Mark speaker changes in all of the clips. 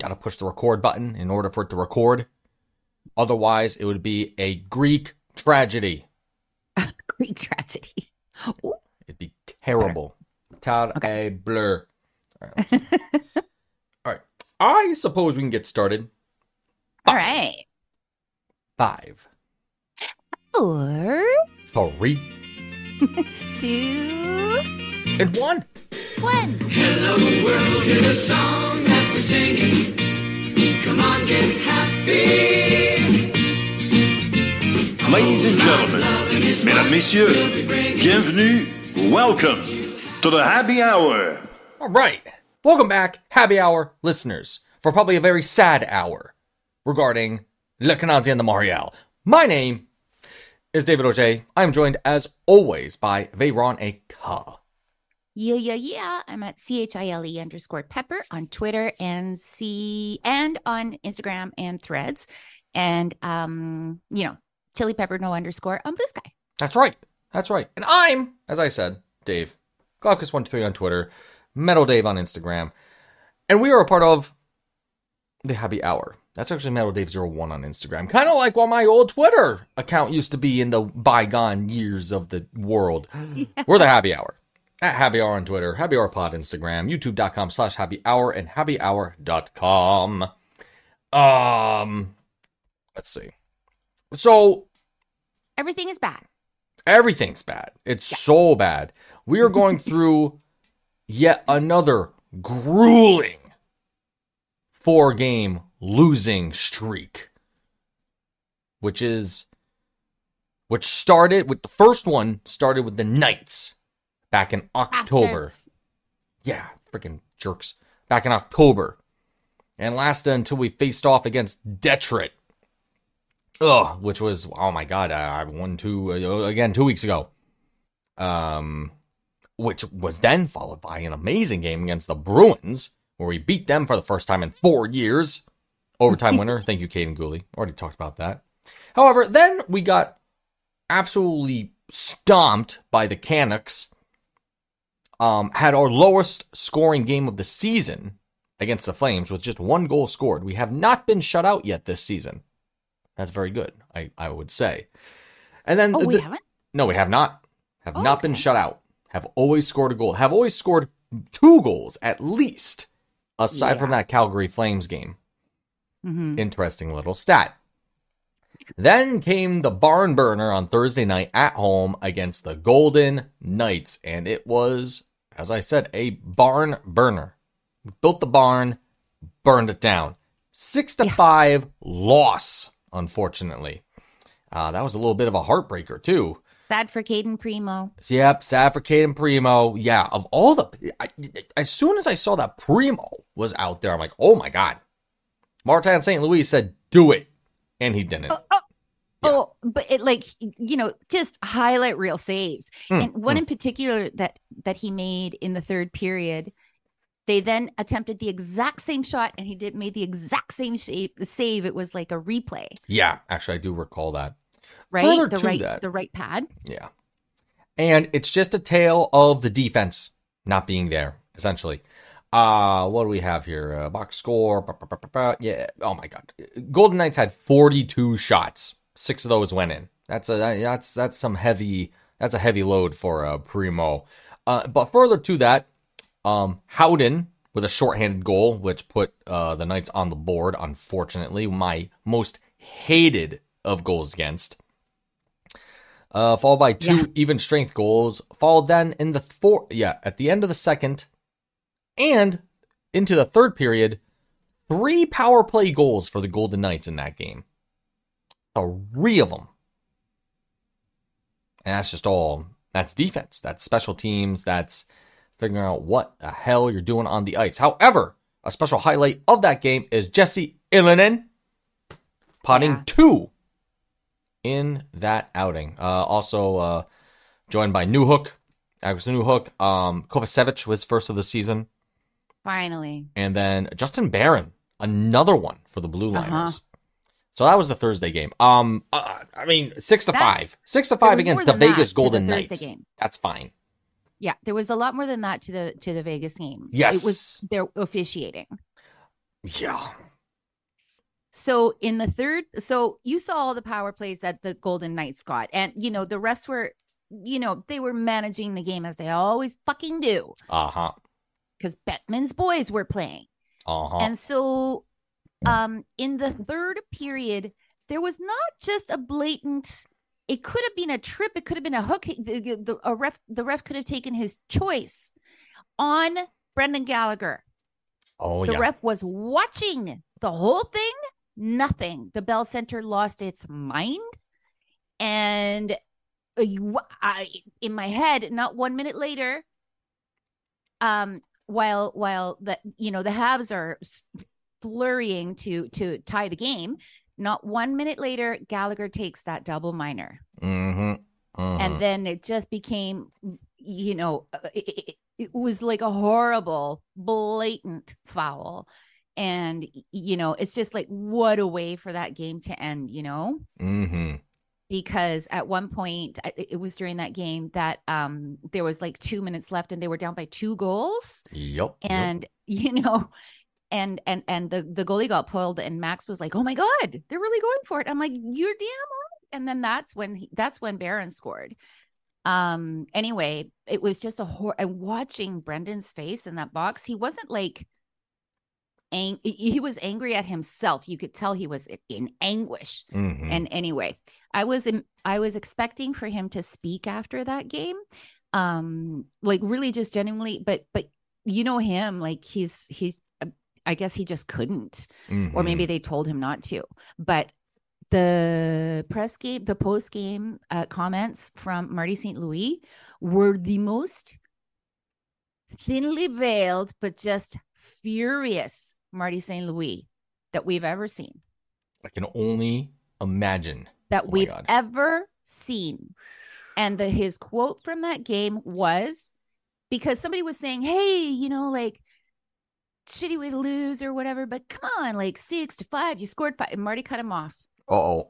Speaker 1: Got to push the record button in order for it to record. Otherwise, it would be a Greek tragedy.
Speaker 2: Greek tragedy. Ooh.
Speaker 1: It'd be terrible. Tar
Speaker 2: Okay.
Speaker 1: a blur. All right, let's- All right. I suppose we can get started.
Speaker 2: All right.
Speaker 1: Five,
Speaker 2: Four,
Speaker 1: three,
Speaker 2: two,
Speaker 1: and one.
Speaker 2: one.
Speaker 3: Ladies and gentlemen, mesdames, messieurs, bienvenue, welcome to the happy hour.
Speaker 1: All right. Welcome back, happy hour listeners, for probably a very sad hour regarding Le Canadien de Montréal. My name is David Auger. I am joined, as always, by Veyron Eka.
Speaker 2: Yeah, yeah, yeah. I'm at C H I L E underscore pepper on Twitter and C and on Instagram and threads. And um, you know, chili pepper no underscore on blue sky.
Speaker 1: That's right. That's right. And I'm, as I said, Dave, Glaucus123 on Twitter, Metal Dave on Instagram, and we are a part of the Happy Hour. That's actually Metal Dave01 on Instagram. Kind of like what my old Twitter account used to be in the bygone years of the world. We're the Happy Hour. At Happy Hour on Twitter, Happy Hour Pod Instagram, youtube.com slash happy hour, and happyhour.com. Um, let's see. So
Speaker 2: Everything is bad.
Speaker 1: Everything's bad. It's so bad. We are going through yet another grueling four game losing streak, which is which started with the first one started with the Knights back in October.
Speaker 2: Bastards.
Speaker 1: Yeah, freaking jerks. Back in October. And lasted until we faced off against Detrit. Ugh, which was oh my god, I, I won two uh, again two weeks ago. Um which was then followed by an amazing game against the Bruins, where we beat them for the first time in four years. Overtime winner. Thank you, Caden Gooley. Already talked about that. However, then we got absolutely stomped by the Canucks um, had our lowest scoring game of the season against the Flames with just one goal scored. We have not been shut out yet this season. That's very good, I, I would say. And then
Speaker 2: Oh,
Speaker 1: the-
Speaker 2: we haven't?
Speaker 1: no, we have not. Have
Speaker 2: Oh,
Speaker 1: not been
Speaker 2: okay.
Speaker 1: shut out. Have always scored a goal. Have always scored two goals at least, aside from that Calgary Flames game.
Speaker 2: Mm-hmm.
Speaker 1: Interesting little stat. Then came the barn burner on Thursday night at home against the Golden Knights. And it was, as I said, a barn burner. We built the barn, burned it down. Six to
Speaker 2: Yeah.
Speaker 1: five loss, unfortunately. Uh, that was a little bit of a heartbreaker, too.
Speaker 2: Sad for Caden Primo.
Speaker 1: Yep, Saffricate and Primo. Yeah, of all the, I, as soon as I saw that Primo was out there, I'm like, oh my god. Martin St. Louis said, do it, and he didn't. Yeah.
Speaker 2: Oh, but it like you know, just highlight real saves.
Speaker 1: Mm,
Speaker 2: and one
Speaker 1: mm.
Speaker 2: in particular that that he made in the third period they then attempted the exact same shot and he did made the exact same shape the save it was like a replay
Speaker 1: yeah, actually, I do recall that.
Speaker 2: right
Speaker 1: Further
Speaker 2: the
Speaker 1: to
Speaker 2: right
Speaker 1: that-
Speaker 2: the right pad
Speaker 1: Yeah. And it's just a tale of the defense not being there, essentially. Uh, what do we have here? Uh, box score. ba, ba, ba, ba, ba. Yeah. Oh my God. Golden Knights had 42 shots. Six of those went in. That's a that's that's some heavy that's a heavy load for uh, Primo. Uh, but further to that, um, Howden with a shorthanded goal, which put uh, the Knights on the board. Unfortunately, my most hated of goals against uh, followed by two
Speaker 2: Yeah.
Speaker 1: even strength goals, followed then in the four, yeah, at the end of the second and into the third period, three power play goals for the Golden Knights in that game. Three of them. And that's just all, that's defense, that's special teams, that's figuring out what the hell you're doing on the ice. However, a special highlight of that game is Jesse Illinen potting
Speaker 2: Yeah.
Speaker 1: two in that outing. Uh, also uh, joined by Newhook, Alex Newhook. Um, Kovacevic was first of the season,
Speaker 2: finally
Speaker 1: and then Justin Barron, another one for the Blue
Speaker 2: Uh-huh.
Speaker 1: Liners. So that was the Thursday game. Um, uh, I mean, six to
Speaker 2: That's-
Speaker 1: five, six to
Speaker 2: there
Speaker 1: five
Speaker 2: was
Speaker 1: against
Speaker 2: more
Speaker 1: the
Speaker 2: than that
Speaker 1: Vegas
Speaker 2: to the
Speaker 1: Golden
Speaker 2: Thursday
Speaker 1: Knights.
Speaker 2: game.
Speaker 1: That's fine.
Speaker 2: yeah there was a lot more than that to the to the vegas game
Speaker 1: Yes.
Speaker 2: it was their officiating
Speaker 1: Yeah.
Speaker 2: So in the third, so you saw all the power plays that the Golden Knights got, and you know the refs were, you know, they were managing the game as they always fucking do
Speaker 1: Uh huh.
Speaker 2: because Bettman's boys were playing,
Speaker 1: Uh huh.
Speaker 2: and so, um, in the third period, there was not just a blatant. It could have been a trip. It could have been a hook. The, the- the- a ref, the ref could have taken his choice on Brendan Gallagher.
Speaker 1: Oh
Speaker 2: The
Speaker 1: yeah.
Speaker 2: ref was watching the whole thing. Nothing. The Bell Center lost its mind. And uh, you- I, in my head, not one minute later, um, while while the you know the Habs are s- flurrying to to tie the game, not one minute later, Gallagher takes that double minor
Speaker 1: mm-hmm.
Speaker 2: and then it just became you know uh, it, it- it was like a horrible blatant foul and y- you know it's just like what a way for that game to end you know
Speaker 1: mm-hmm.
Speaker 2: because at one point I- it it was during that game that um there was like 2 minutes left and they were down by two goals
Speaker 1: Yep.
Speaker 2: and you know and and and the the goalie got pulled and max was like oh my god they're really going for it i'm like you're damn right and then that's when he, that's when barron scored um anyway it was just a hor- and watching brendan's face in that box he wasn't like ang- he was angry at himself you could tell he was in anguish
Speaker 1: Yep. Mm-hmm.
Speaker 2: and anyway i was in, i was expecting for him to speak after that game um like really just genuinely but but you know him like he's he's uh, i guess he just couldn't
Speaker 1: Mm-hmm. Mm.
Speaker 2: or maybe they told him not to but the press game the post game uh, comments from marty st louis were the most thinly veiled but just furious marty st louis that we've ever seen
Speaker 1: I can only imagine.
Speaker 2: that
Speaker 1: Oh my
Speaker 2: we've
Speaker 1: God.
Speaker 2: ever seen. And the his quote from that game was because somebody was saying, "Hey, you know, like shitty way to lose or whatever, but come on, like 6 to 5, you scored 5." And Marty cut him off.
Speaker 1: Oh.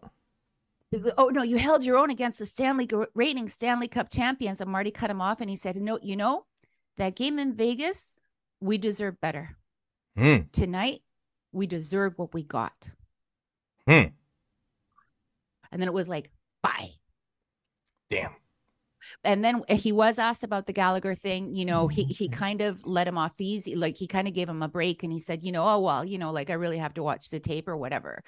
Speaker 2: "Oh, no, you held your own against the Stanley gr- reigning Stanley Cup champions." And Marty cut him off and he said, "No, you know, that game in Vegas, we deserve better.
Speaker 1: Mm.
Speaker 2: Tonight, we deserve what we got."
Speaker 1: Hmm.
Speaker 2: And then it was like, "Bye."
Speaker 1: Damn.
Speaker 2: and then he was asked about the Gallagher thing. You know, he he kind of let him off easy, like he kind of gave him a break, and he said, you know, oh well, you know, like I really have to watch the tape or whatever.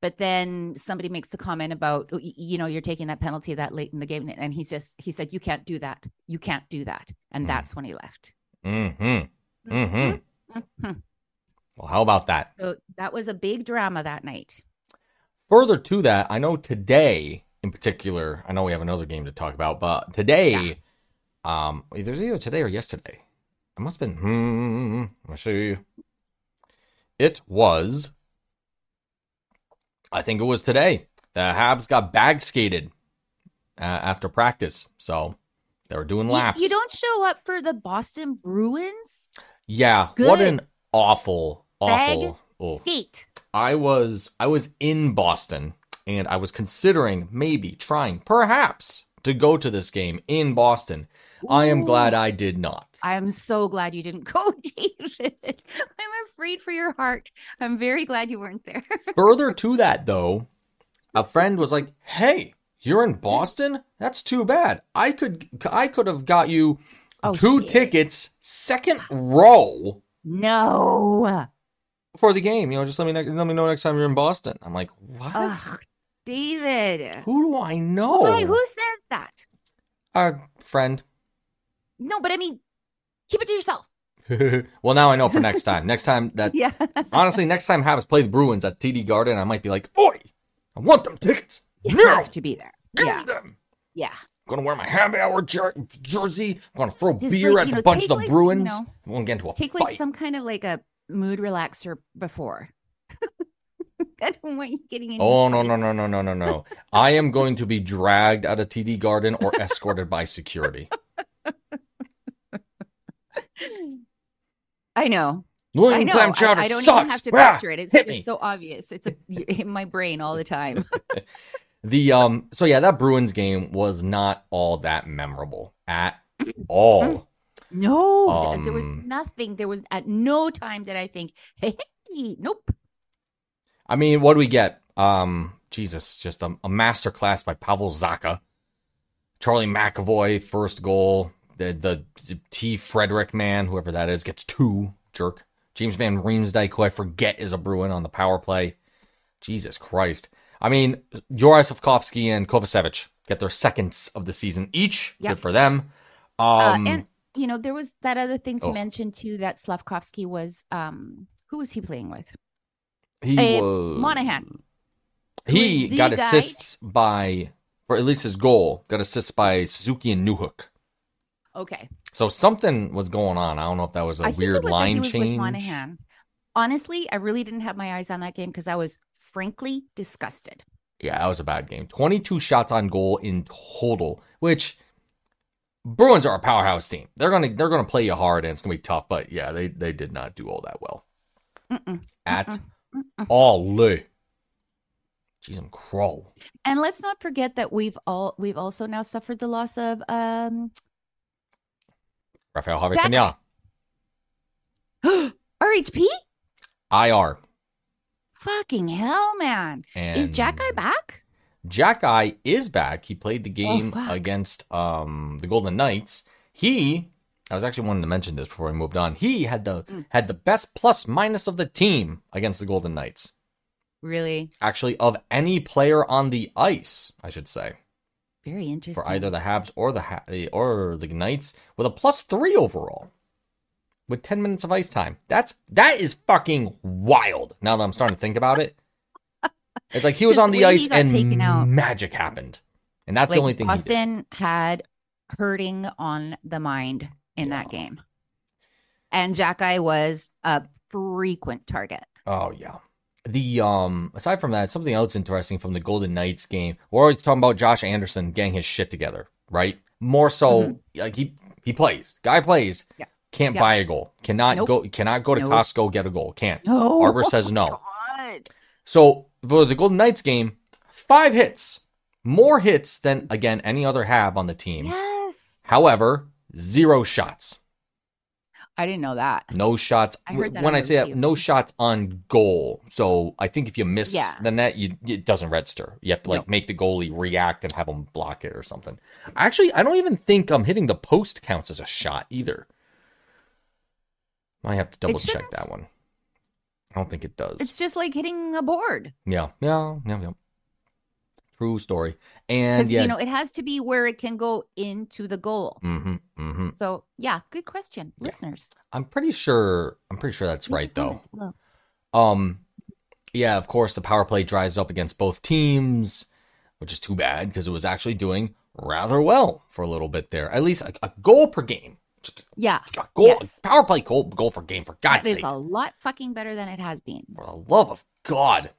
Speaker 2: But then somebody makes a comment about, "Oh, y- you know, you're taking that penalty that late in the game, and he's just he said, you can't do that, you can't do that, and
Speaker 1: Mm.
Speaker 2: that's when he left.
Speaker 1: Mm-hmm. Mm-hmm.
Speaker 2: Mhm.
Speaker 1: Well, how about that?
Speaker 2: So that was a big drama that night.
Speaker 1: further to that, I know today in particular, I know we have another game to talk about, but today, um, there's either today or yesterday. It must have been, hmm, let me see. It was, I think it was today. The Habs got bag skated uh, after practice, so they were doing
Speaker 2: You-
Speaker 1: laps.
Speaker 2: you don't show up for the Boston Bruins
Speaker 1: yeah, what
Speaker 2: Good.
Speaker 1: an awful, awful.
Speaker 2: Bag
Speaker 1: oh.
Speaker 2: skate.
Speaker 1: I was I was in Boston and I was considering maybe trying perhaps to go to this game in Boston. I am glad
Speaker 2: Ooh.
Speaker 1: I did not.
Speaker 2: I'm so glad you didn't go, David. I'm afraid for your heart. I'm very glad you weren't there.
Speaker 1: Further to that though, a friend was like, "Hey, you're in Boston? That's too bad. I could I could have got you
Speaker 2: Oh,
Speaker 1: two
Speaker 2: shit.
Speaker 1: tickets second row
Speaker 2: No.
Speaker 1: for the game. You know, just let me ne- let me know next time you're in Boston." I'm like, "What?
Speaker 2: Ugh, David.
Speaker 1: Who do I know?"
Speaker 2: Why? Who says that?
Speaker 1: Our friend.
Speaker 2: No, but I mean, keep it to yourself.
Speaker 1: well, now I know for next time. Next time that
Speaker 2: Yeah.
Speaker 1: Honestly, next time Habs play the Bruins at TD Garden, I might be like, "Oi, I want them tickets
Speaker 2: You
Speaker 1: now.
Speaker 2: have to be there.
Speaker 1: Give
Speaker 2: Yeah.
Speaker 1: me them.
Speaker 2: Yeah.
Speaker 1: I'm gonna wear my happy hour jer- jersey. I'm gonna throw
Speaker 2: Just
Speaker 1: beer
Speaker 2: like,
Speaker 1: at
Speaker 2: you
Speaker 1: a
Speaker 2: know,
Speaker 1: bunch of
Speaker 2: take
Speaker 1: the
Speaker 2: like, you
Speaker 1: Bruins.
Speaker 2: know,
Speaker 1: we won't get into a
Speaker 2: Take
Speaker 1: fight."
Speaker 2: like some kind of like a mood relaxer before. I don't want you getting in.
Speaker 1: oh no no no no no no no! I am going to be dragged out of TD Garden or escorted by security.
Speaker 2: I know. I
Speaker 1: William
Speaker 2: know.
Speaker 1: clam chowder
Speaker 2: I, I don't even
Speaker 1: sucks. Ah!
Speaker 2: have to
Speaker 1: Rah!
Speaker 2: picture it. It's,
Speaker 1: Hit me.
Speaker 2: it's so obvious. It's a, in my brain all the time.
Speaker 1: The um so yeah, that Bruins game was not all that memorable at all.
Speaker 2: No, th- there was
Speaker 1: Um,
Speaker 2: nothing. There was at no time did I think, hey, Nope.
Speaker 1: I mean, what do we get? Um, Jesus, just a, a masterclass by Pavel Zaka. Charlie McAvoy, first goal. The, the, the T. Frederick man, whoever that is, gets two. Jerk. James Van Riemsdyk, who I forget is a Bruin on the power play. Jesus Christ. I mean, Joris Sofkovsky and Kovacevic get their seconds of the season each.
Speaker 2: Yep.
Speaker 1: Good for them.
Speaker 2: Uh,
Speaker 1: Um,
Speaker 2: and you know, there was that other thing to
Speaker 1: Oh.
Speaker 2: mention too that Slavkovsky was um who was he playing with?
Speaker 1: he
Speaker 2: uh,
Speaker 1: was-
Speaker 2: Monahan.
Speaker 1: He
Speaker 2: was the
Speaker 1: got
Speaker 2: guy-
Speaker 1: assists by, or at least his goal got assists by Suzuki and Newhook.
Speaker 2: Okay.
Speaker 1: So something was going on. I don't know if that was a
Speaker 2: I think it
Speaker 1: weird
Speaker 2: was that he
Speaker 1: line
Speaker 2: was
Speaker 1: change.
Speaker 2: With Monahan. Honestly, I really didn't have my eyes on that game because I was frankly disgusted.
Speaker 1: Yeah, that was a bad game. 22 shots on goal in total, which Bruins are a powerhouse team. They're gonna they're gonna play you hard and it's gonna be tough. But yeah, they they did not do all that well
Speaker 2: Mm-mm.
Speaker 1: at
Speaker 2: mm-mm.
Speaker 1: all. Jeez, I'm crow.
Speaker 2: And let's not forget that we've all we've also now suffered the loss of um
Speaker 1: Rafael Javier
Speaker 2: Jack-
Speaker 1: Pena,
Speaker 2: RHP.
Speaker 1: IR.
Speaker 2: Fucking hell, man!
Speaker 1: And
Speaker 2: Is Jack Eye back?
Speaker 1: Jack Eye is back. He played the game
Speaker 2: Oh, fuck.
Speaker 1: against um, the Golden Knights. He, I was actually wanting to mention this before I moved on. He had the
Speaker 2: Mm.
Speaker 1: had the best plus minus of the team against the Golden Knights.
Speaker 2: Really,
Speaker 1: Actually, of any player on the ice, I should say,
Speaker 2: very interesting.
Speaker 1: for either the Habs or the ha- or the Knights, with a plus three overall, with ten minutes of ice time. That's that is fucking wild. Now that I'm starting to think about it, it's like he was
Speaker 2: Just
Speaker 1: on the
Speaker 2: when he
Speaker 1: ice
Speaker 2: got taken out.
Speaker 1: and magic happened, and that's the
Speaker 2: Like,
Speaker 1: only thing. He did.
Speaker 2: Boston had hurting on the mind in that
Speaker 1: Yeah.
Speaker 2: game, and Jack Eye was a frequent target.
Speaker 1: Oh yeah. The um aside from that, something else interesting from the Golden Knights game. We're always talking about Josh Anderson getting his shit together, right? More so like he he plays. Guy plays.
Speaker 2: Mm-hmm. Yeah.
Speaker 1: Can't
Speaker 2: Yeah.
Speaker 1: buy a goal. Cannot
Speaker 2: Nope.
Speaker 1: go cannot go to
Speaker 2: Nope.
Speaker 1: Costco get a goal. Can't.
Speaker 2: No,
Speaker 1: Arbor says no.
Speaker 2: God.
Speaker 1: So for the Golden Knights game, five hits. More hits than again any other have on the team.
Speaker 2: Yes,
Speaker 1: However, zero shots.
Speaker 2: I didn't know that.
Speaker 1: No shots.
Speaker 2: I heard that
Speaker 1: when
Speaker 2: on
Speaker 1: I say that,
Speaker 2: review.
Speaker 1: no shots on goal. So I think if you miss
Speaker 2: Yeah.
Speaker 1: the net, you, it doesn't register. You have to like
Speaker 2: Nope.
Speaker 1: make the goalie react and have him block it or something. Actually, I don't even think um, hitting the post counts as a shot either. I have to double check
Speaker 2: shouldn't.
Speaker 1: that one. I don't think it does.
Speaker 2: It's just like hitting a board
Speaker 1: yeah, yeah, yeah, yeah. True story. And
Speaker 2: because
Speaker 1: yeah,
Speaker 2: you know it has to be where it can go into the goal.
Speaker 1: hmm hmm
Speaker 2: So yeah, good question,
Speaker 1: Yeah.
Speaker 2: listeners.
Speaker 1: I'm pretty sure. I'm pretty sure that's
Speaker 2: Leave
Speaker 1: right though.
Speaker 2: comments below.
Speaker 1: Um, yeah, of course, the power play dries up against both teams, which is too bad because it was actually doing rather well for a little bit there. At least a, a goal per game, just
Speaker 2: Yeah,
Speaker 1: a goal,
Speaker 2: Yes.
Speaker 1: a power play goal, goal for game. For
Speaker 2: that
Speaker 1: God's
Speaker 2: is
Speaker 1: sake,
Speaker 2: a lot fucking better than it has been.
Speaker 1: for the love of God!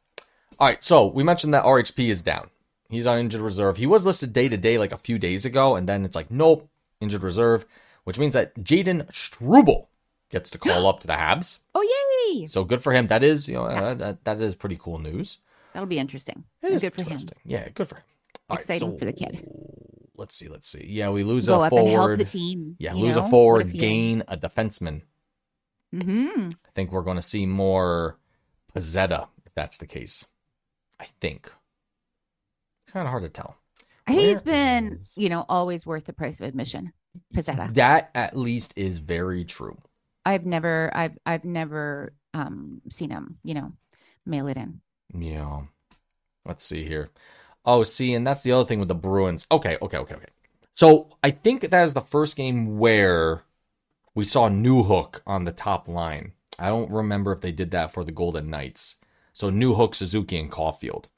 Speaker 1: All right, so we mentioned that RHP is down. He's on injured reserve. He was listed day to day like a few days ago, and then it's like, nope, injured reserve, which means that Jaden Struble gets to call up to the Habs.
Speaker 2: Oh yay!
Speaker 1: So good for him. That is, you know, uh, that, that is pretty cool news.
Speaker 2: That'll be interesting.
Speaker 1: It
Speaker 2: And
Speaker 1: is
Speaker 2: good for him.
Speaker 1: interesting. Yeah, good for him. All right,
Speaker 2: Exciting for the kid.
Speaker 1: Let's see. Let's see. Yeah, we lose
Speaker 2: Go
Speaker 1: a
Speaker 2: up
Speaker 1: forward.
Speaker 2: and help the team.
Speaker 1: Yeah,
Speaker 2: you
Speaker 1: lose
Speaker 2: know?
Speaker 1: a forward, gain a defenseman.
Speaker 2: hmm
Speaker 1: I think we're going to see more Pizzetta if that's the case. I think. It's kind of hard to tell.
Speaker 2: He's
Speaker 1: Where
Speaker 2: been,
Speaker 1: is-
Speaker 2: you know, always worth the price of admission. Pizzetta.
Speaker 1: That at least is very true.
Speaker 2: I've never, I've, I've never um seen him. You know, mail it in.
Speaker 1: Yeah. Let's see here. Oh, see, and that's the other thing with the Bruins. Okay, okay, okay, okay. So I think that is the first game where we saw New Hook on the top line. I don't remember if they did that for the Golden Knights. So New Hook, Suzuki, and Caulfield.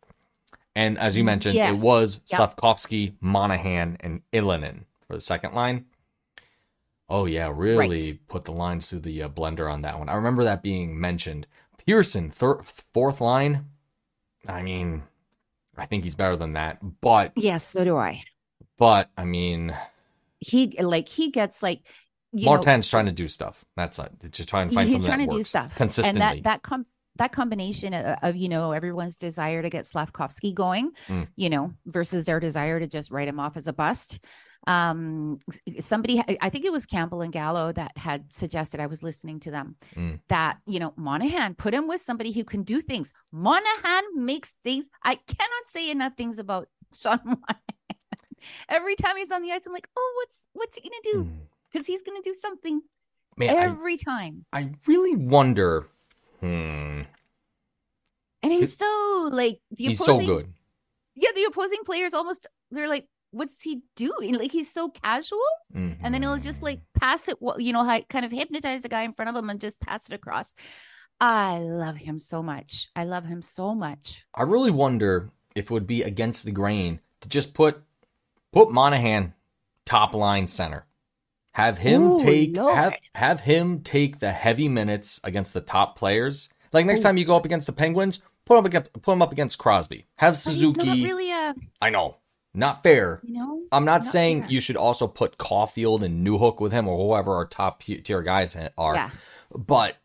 Speaker 1: And as you mentioned,
Speaker 2: Yes.
Speaker 1: it was
Speaker 2: Yep.
Speaker 1: Safkovsky, Monahan, and Illanen for the second line. Oh yeah, really put the lines through the uh, blender on that one. I remember that being mentioned. Pearson, thir- fourth line. I mean, I think he's better than that, but
Speaker 2: Yes, so do I.
Speaker 1: but I mean,
Speaker 2: He like he gets like you know,
Speaker 1: Martin's trying to do stuff. That's not, just trying to find
Speaker 2: he's
Speaker 1: something
Speaker 2: trying
Speaker 1: that
Speaker 2: to do
Speaker 1: works
Speaker 2: stuff
Speaker 1: consistently.
Speaker 2: and that that com- that combination of, of, you know everyone's desire to get Slavkovsky going,
Speaker 1: Mm.
Speaker 2: you know, versus their desire to just write him off as a bust. Um, somebody, I- I think it was Campbell and Gallo that had suggested. I was listening to them
Speaker 1: Mm.
Speaker 2: that you know Monahan put him with somebody who can do things. Monahan makes things. I cannot say enough things about Sean Monahan. Every time he's on the ice, I'm like, oh, what's what's he gonna do?
Speaker 1: Mm.
Speaker 2: Because he's gonna do something
Speaker 1: Man, I-
Speaker 2: every time.
Speaker 1: I really wonder. Hmm.
Speaker 2: And he's
Speaker 1: It-
Speaker 2: so like the
Speaker 1: He's so
Speaker 2: opposing,
Speaker 1: good.
Speaker 2: Yeah, the opposing players almost they're like, what's he doing? Like he's so casual, and then he'll just
Speaker 1: Mhm.
Speaker 2: like pass it. wa- You know, hi- kind of hypnotize the guy in front of him and just pass it across. I love him so much. I love him so much.
Speaker 1: I really wonder if it would be against the grain to just put put Monahan top line center. Have him
Speaker 2: Ooh,
Speaker 1: take
Speaker 2: Lord.
Speaker 1: have have him take the heavy minutes against the top players. Like next time you go up against the Penguins, put him against, put him up against Crosby. Have
Speaker 2: But
Speaker 1: Suzuki.
Speaker 2: he's not really a
Speaker 1: I know, not fair.
Speaker 2: you know.
Speaker 1: I'm not,
Speaker 2: Not
Speaker 1: saying
Speaker 2: fair.
Speaker 1: you should also put Caulfield and Newhook with him or whoever our top tier guys ha- are
Speaker 2: Yeah,
Speaker 1: but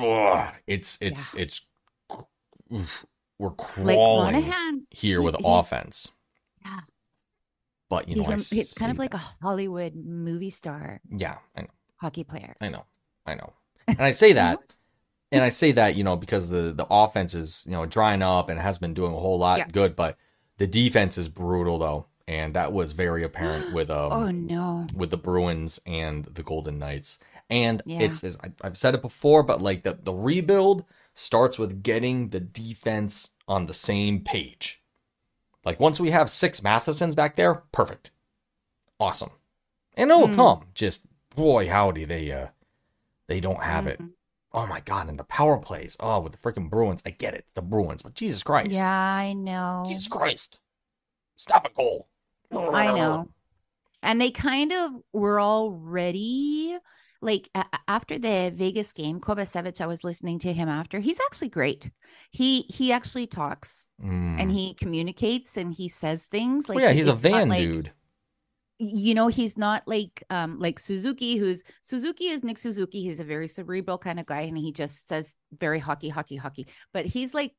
Speaker 1: ugh, it's it's it's oof, we're
Speaker 2: like
Speaker 1: crawling
Speaker 2: Monahan.
Speaker 1: here
Speaker 2: he-
Speaker 1: with
Speaker 2: he's-
Speaker 1: offense.
Speaker 2: Yeah.
Speaker 1: But you
Speaker 2: He's
Speaker 1: know, I
Speaker 2: rem- it's kind of
Speaker 1: see
Speaker 2: like a Hollywood movie star
Speaker 1: that. yeah, I know,
Speaker 2: hockey player.
Speaker 1: I know, I know, and I say that, and I say that you know because the the offense is you know drying up and has been doing a whole lot
Speaker 2: Yeah.
Speaker 1: good, but the defense is brutal though, and that was very apparent with um
Speaker 2: oh no.
Speaker 1: with the Bruins and the Golden Knights. And
Speaker 2: Yeah.
Speaker 1: it's, it's I- I've said it before, but like the, the rebuild starts with getting the defense on the same page. Like once we have six Mathesons back there, perfect, awesome, and it'll
Speaker 2: Hmm.
Speaker 1: come. Just boy, howdy, they uh, they don't have it.
Speaker 2: Mhm.
Speaker 1: Oh my god, and the power plays. Oh, with the freaking Bruins, I get it, the Bruins, but Jesus Christ,
Speaker 2: Yeah, I know.
Speaker 1: Jesus Christ, stop a goal.
Speaker 2: I know. And they kind of were already like a- a- after the Vegas game, Kovacevic, I was listening to him after. He's actually great. He he actually talks
Speaker 1: Mm.
Speaker 2: and he communicates and he says things like
Speaker 1: Well, yeah,
Speaker 2: he-
Speaker 1: he's a
Speaker 2: it's not
Speaker 1: van
Speaker 2: like-
Speaker 1: dude.
Speaker 2: you know he's not like um like Suzuki who's Suzuki is Nick Suzuki he's a very cerebral kind of guy and he just says very hockey hockey hockey but he's like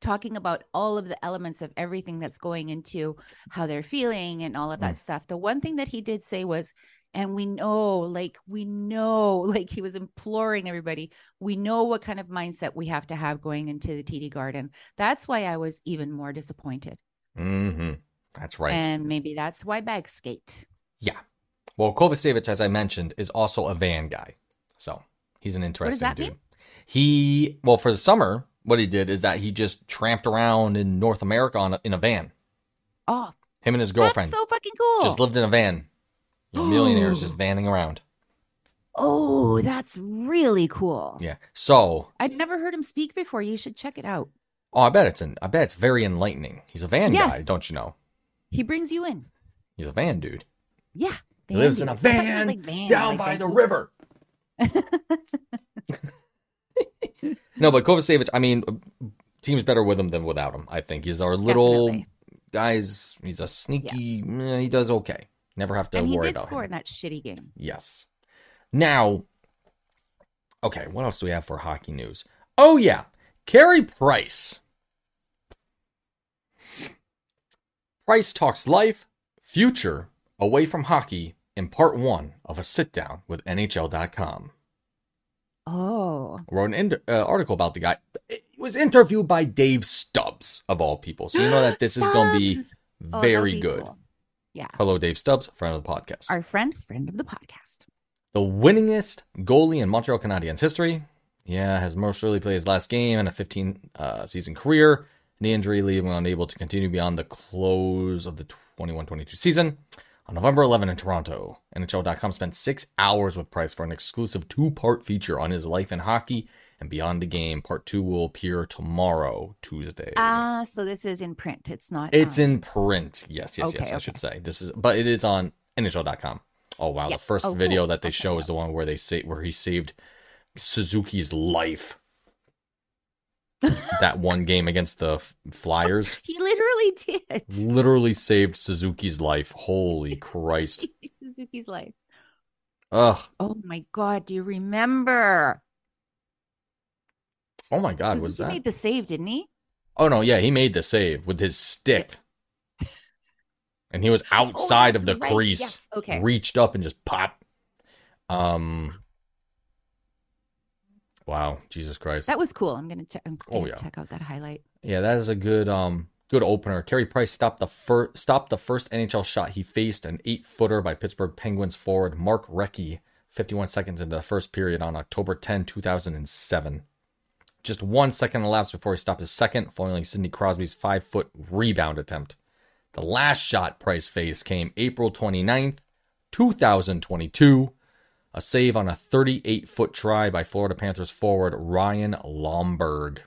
Speaker 2: talking about all of the elements of everything that's going into how they're feeling and all of that stuff the one thing that he did say was and we know like we know like he was imploring everybody we know what kind of mindset we have to have going into the TD garden that's why I was even more disappointed
Speaker 1: Mm-hmm. That's right.
Speaker 2: and maybe that's why bag skate
Speaker 1: yeah. Well, Kovacevic, as I mentioned, is also a van guy. So he's an interesting
Speaker 2: that
Speaker 1: dude.
Speaker 2: mean?
Speaker 1: He, well, for the summer, what he did is that he just tramped around in North America on a, in a van.
Speaker 2: off
Speaker 1: Him and his girlfriend
Speaker 2: That's so fucking cool.
Speaker 1: just lived in a van. You know, millionaires just vanning around.
Speaker 2: oh, that's really cool.
Speaker 1: Yeah. So,
Speaker 2: I'd never heard him speak before. You should check it out.
Speaker 1: oh, I bet it's an, I bet it's very enlightening. He's a van guy,
Speaker 2: Yes.
Speaker 1: don't you know?
Speaker 2: He brings you in.
Speaker 1: He's a van dude.
Speaker 2: Yeah.
Speaker 1: He lives in a
Speaker 2: dude. I thought it was
Speaker 1: van,
Speaker 2: like van,
Speaker 1: down
Speaker 2: like
Speaker 1: by
Speaker 2: a-
Speaker 1: the river. no, but Kovacevic, I mean, team's better with him than without him. I think he's our little
Speaker 2: Definitely.
Speaker 1: guys. He's a sneaky. eh, he does okay. Never have to
Speaker 2: And he
Speaker 1: worry
Speaker 2: did
Speaker 1: about
Speaker 2: score
Speaker 1: him.
Speaker 2: in that shitty game.
Speaker 1: Yes. Now, okay, what else do we have for hockey news? Oh yeah, Carey Price. Price talks life, future, away from hockey in part one of a sit down with NHL.com.
Speaker 2: Oh.
Speaker 1: Wrote an ind- uh, article about the guy. It was interviewed by Dave Stubbs of all people, so you know that this is going to be
Speaker 2: Stubbs! Oh, that'll
Speaker 1: very
Speaker 2: be
Speaker 1: good.
Speaker 2: cool. Yeah.
Speaker 1: Hello, Dave Stubbs, friend of the podcast.
Speaker 2: Our friend, friend of the podcast.
Speaker 1: The winningest goalie in Montreal Canadiens history. Yeah, has most surely played his last game in a 15 uh, season career. Knee injury leaving him unable to continue beyond the close of the 21 22 season. On November 11 in Toronto, NHL.com spent six hours with Price for an exclusive two part feature on his life in hockey and beyond the game. Part two will appear tomorrow, Tuesday.
Speaker 2: Ah, so this is in print. It's not.
Speaker 1: It's
Speaker 2: um,
Speaker 1: in print. Yes, yes, yes.
Speaker 2: Okay,
Speaker 1: I
Speaker 2: okay.
Speaker 1: should say this is, but it is on NHL.com. Oh wow,
Speaker 2: Yeah.
Speaker 1: the first
Speaker 2: Oh,
Speaker 1: video
Speaker 2: cool.
Speaker 1: that they
Speaker 2: Okay,
Speaker 1: show is the one where they say where he saved Suzuki's life. that one game against the F- Flyers
Speaker 2: uh, He literally did.
Speaker 1: literally saved Suzuki's life. Holy Christ!
Speaker 2: Suzuki's life.
Speaker 1: Ugh.
Speaker 2: Oh my God. Do you remember?
Speaker 1: Oh my God,
Speaker 2: Suzuki
Speaker 1: was that?
Speaker 2: made the save, didn't he?
Speaker 1: oh no, yeah, he made the save with his stick, and he was
Speaker 2: Oh,
Speaker 1: outside of
Speaker 2: that's
Speaker 1: the
Speaker 2: right.
Speaker 1: crease.
Speaker 2: Yes. Okay.
Speaker 1: reached up and just popped. Um. Wow, Jesus Christ!
Speaker 2: that was cool. I'm gonna check. I'm
Speaker 1: Oh,
Speaker 2: gonna
Speaker 1: yeah.
Speaker 2: check out that highlight.
Speaker 1: yeah, that is a good um good opener. Carey Price stopped the first stopped the first NHL shot he faced, an eight footer by Pittsburgh Penguins forward Mark Recchi, 51 seconds into the first period on October 10, 2007. Just one second elapsed before he stopped his second, foiling Sidney Crosby's five foot rebound attempt. The last shot Price faced came April 29th, 2022, a save on a 38 foot try by Florida Panthers forward Ryan Lomberg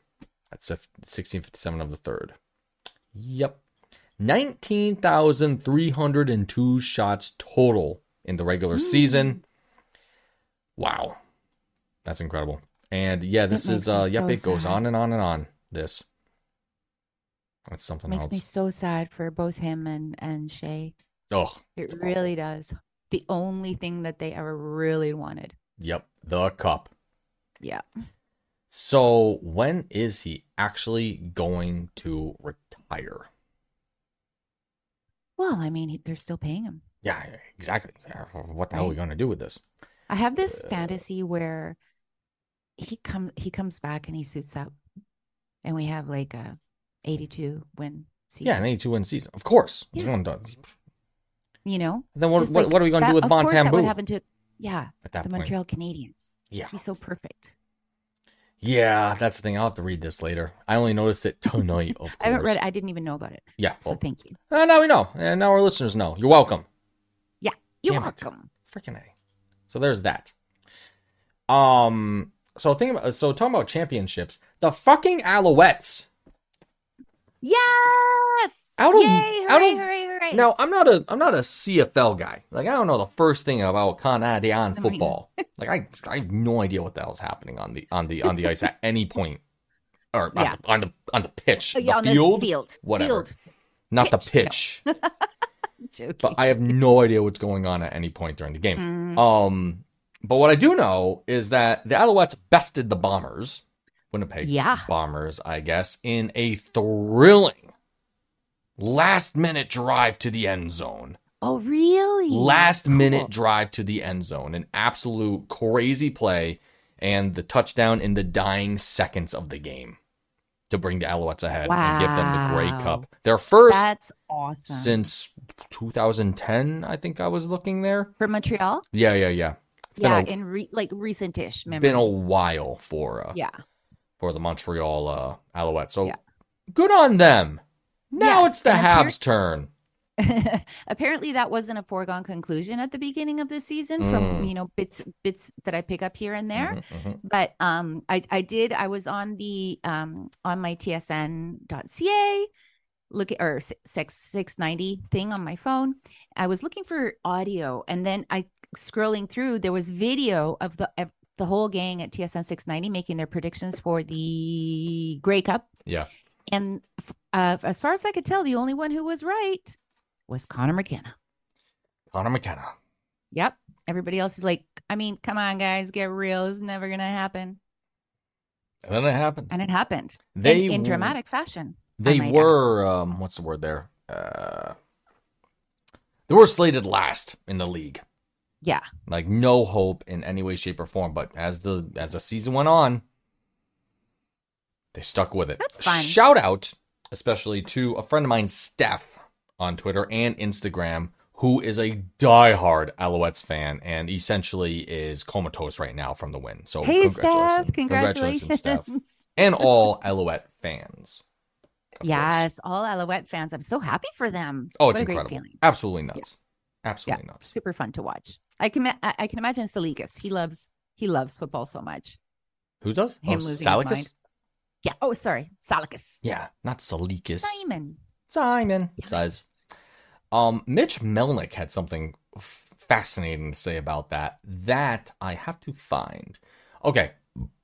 Speaker 1: at 1657 of the third. Yep. 19,302 shots total in the regular season. Wow. That's incredible. And yeah, this
Speaker 2: That
Speaker 1: is
Speaker 2: makes me
Speaker 1: uh yep,
Speaker 2: so
Speaker 1: it goes
Speaker 2: sad.
Speaker 1: on and on and on this. That's something
Speaker 2: Makes me
Speaker 1: else.
Speaker 2: so sad for both him and and Shay.
Speaker 1: Oh,
Speaker 2: It really does. The only thing that they ever really wanted.
Speaker 1: yep, the cup.
Speaker 2: Yeah.
Speaker 1: So when is he actually going to retire?
Speaker 2: Well, I mean, he, they're still paying him.
Speaker 1: Yeah, exactly. Yeah, What the hell are we
Speaker 2: Right.
Speaker 1: going to do with this?
Speaker 2: I have this
Speaker 1: Uh,
Speaker 2: fantasy where he comes he comes back and he suits up, and we have like a 82 win season.
Speaker 1: Yeah, an 82 win season. Of course. He's
Speaker 2: Yeah.
Speaker 1: going to-
Speaker 2: you know.
Speaker 1: Then
Speaker 2: It's
Speaker 1: what-
Speaker 2: just
Speaker 1: what- what are we gonna do
Speaker 2: that-
Speaker 1: with
Speaker 2: of
Speaker 1: Von
Speaker 2: course That would
Speaker 1: Tambu?
Speaker 2: happen to yeah
Speaker 1: At that
Speaker 2: the
Speaker 1: point.
Speaker 2: Montreal Canadiens.
Speaker 1: Yeah.
Speaker 2: He's so perfect.
Speaker 1: Yeah, that's the thing. I'll have to read this later. I only noticed it tonight, of course.
Speaker 2: I haven't read. it. I didn't even know about it.
Speaker 1: Yeah.
Speaker 2: So
Speaker 1: well,
Speaker 2: thank you.
Speaker 1: uh, now we know. And now our listeners know. You're welcome.
Speaker 2: You're
Speaker 1: Damn it.
Speaker 2: welcome.
Speaker 1: Freaking A. So there's that. Um so think about so talking about championships, the fucking Alouettes.
Speaker 2: Yes.
Speaker 1: Out of-
Speaker 2: Yay!
Speaker 1: out
Speaker 2: Hooray!
Speaker 1: of-
Speaker 2: hooray! Hooray!
Speaker 1: Now, I'm not a I'm not a CFL guy. Like I don't know the first thing about Canadian
Speaker 2: either.
Speaker 1: football. Like I I have no idea what the hell's happening on the on the on the ice at any point. Or on,
Speaker 2: Yeah.
Speaker 1: the, on the on the pitch,
Speaker 2: Oh, yeah, on
Speaker 1: the
Speaker 2: the
Speaker 1: field,
Speaker 2: field,
Speaker 1: whatever.
Speaker 2: Field.
Speaker 1: not the
Speaker 2: Pitch.
Speaker 1: pitch.
Speaker 2: Joking.
Speaker 1: but I have no idea what's going on at any point during the game.
Speaker 2: Mm,
Speaker 1: Um, but what I do know is that the Alouettes bested the Bombers, Winnipeg
Speaker 2: Yeah.
Speaker 1: Bombers, I guess, in a thrilling last minute drive to the end zone.
Speaker 2: oh really?
Speaker 1: Last minute
Speaker 2: Cool.
Speaker 1: drive to the end zone. An absolute crazy play and the touchdown in the dying seconds of the game to bring the Alouettes ahead and give them the
Speaker 2: Wow.
Speaker 1: Grey Cup. Their first
Speaker 2: That's awesome.
Speaker 1: since 2010, I think I was looking there.
Speaker 2: For Montreal?
Speaker 1: Yeah, yeah, yeah. It's
Speaker 2: yeah,
Speaker 1: been
Speaker 2: in re- like recentish
Speaker 1: a,
Speaker 2: memory.
Speaker 1: been a while for uh,
Speaker 2: yeah.
Speaker 1: for the Montreal uh, Alouette. So
Speaker 2: Yeah.
Speaker 1: good on them. Now
Speaker 2: Yes,
Speaker 1: it's the
Speaker 2: and apparent-
Speaker 1: Habs' turn.
Speaker 2: Apparently, that wasn't a foregone conclusion at the beginning of this season from
Speaker 1: Mm.
Speaker 2: you know bits bits that I pick up here and there.
Speaker 1: Mhm, mhm.
Speaker 2: But um, I I did I was on the um on my TSN.ca look at or si- six six ninety thing on my phone. I was looking for audio, and then I scrolling through there was video of the of the whole gang at TSN six ninety making their predictions for the Grey Cup.
Speaker 1: Yeah.
Speaker 2: And f- uh, as far as I could tell, the only one who was right was Connor McKenna.
Speaker 1: Connor McKenna.
Speaker 2: Yep. Everybody else is like, I mean, come on, guys, get real. It's never gonna happen,
Speaker 1: And then it happened.
Speaker 2: and it happened
Speaker 1: They
Speaker 2: in, in
Speaker 1: w-
Speaker 2: dramatic fashion.
Speaker 1: They
Speaker 2: might add.
Speaker 1: were um, what's the word there? Uh, they were slated last in the league.
Speaker 2: Yeah.
Speaker 1: Like no hope in any way, shape, or form. But as the as the season went on, they stuck with it.
Speaker 2: That's fine.
Speaker 1: Shout out, especially to a friend of mine, Steph, on Twitter and Instagram, who is a diehard Alouettes fan and essentially is comatose right now from the win. So
Speaker 2: hey, Steph!
Speaker 1: Oh, congratulations,
Speaker 2: Congratulations.
Speaker 1: Steph, and all Alouette fans. of course.
Speaker 2: Yes, all Alouette fans. I'm so happy for them.
Speaker 1: Oh, it's
Speaker 2: What a
Speaker 1: incredible.
Speaker 2: Great feeling.
Speaker 1: Absolutely nuts. Absolutely nuts.
Speaker 2: Super fun to watch. I can ma- I I can imagine Saligas. He loves he loves football so much.
Speaker 1: Who does?
Speaker 2: Him
Speaker 1: oh,
Speaker 2: losing
Speaker 1: Salicus?
Speaker 2: his mind. Yeah. Oh, sorry, Salikas.
Speaker 1: Yeah, not Salikis.
Speaker 2: Simon.
Speaker 1: Simon
Speaker 2: Yeah.
Speaker 1: says. Um, Mitch Melnick had something f- fascinating to say about that. That I have to find. Okay,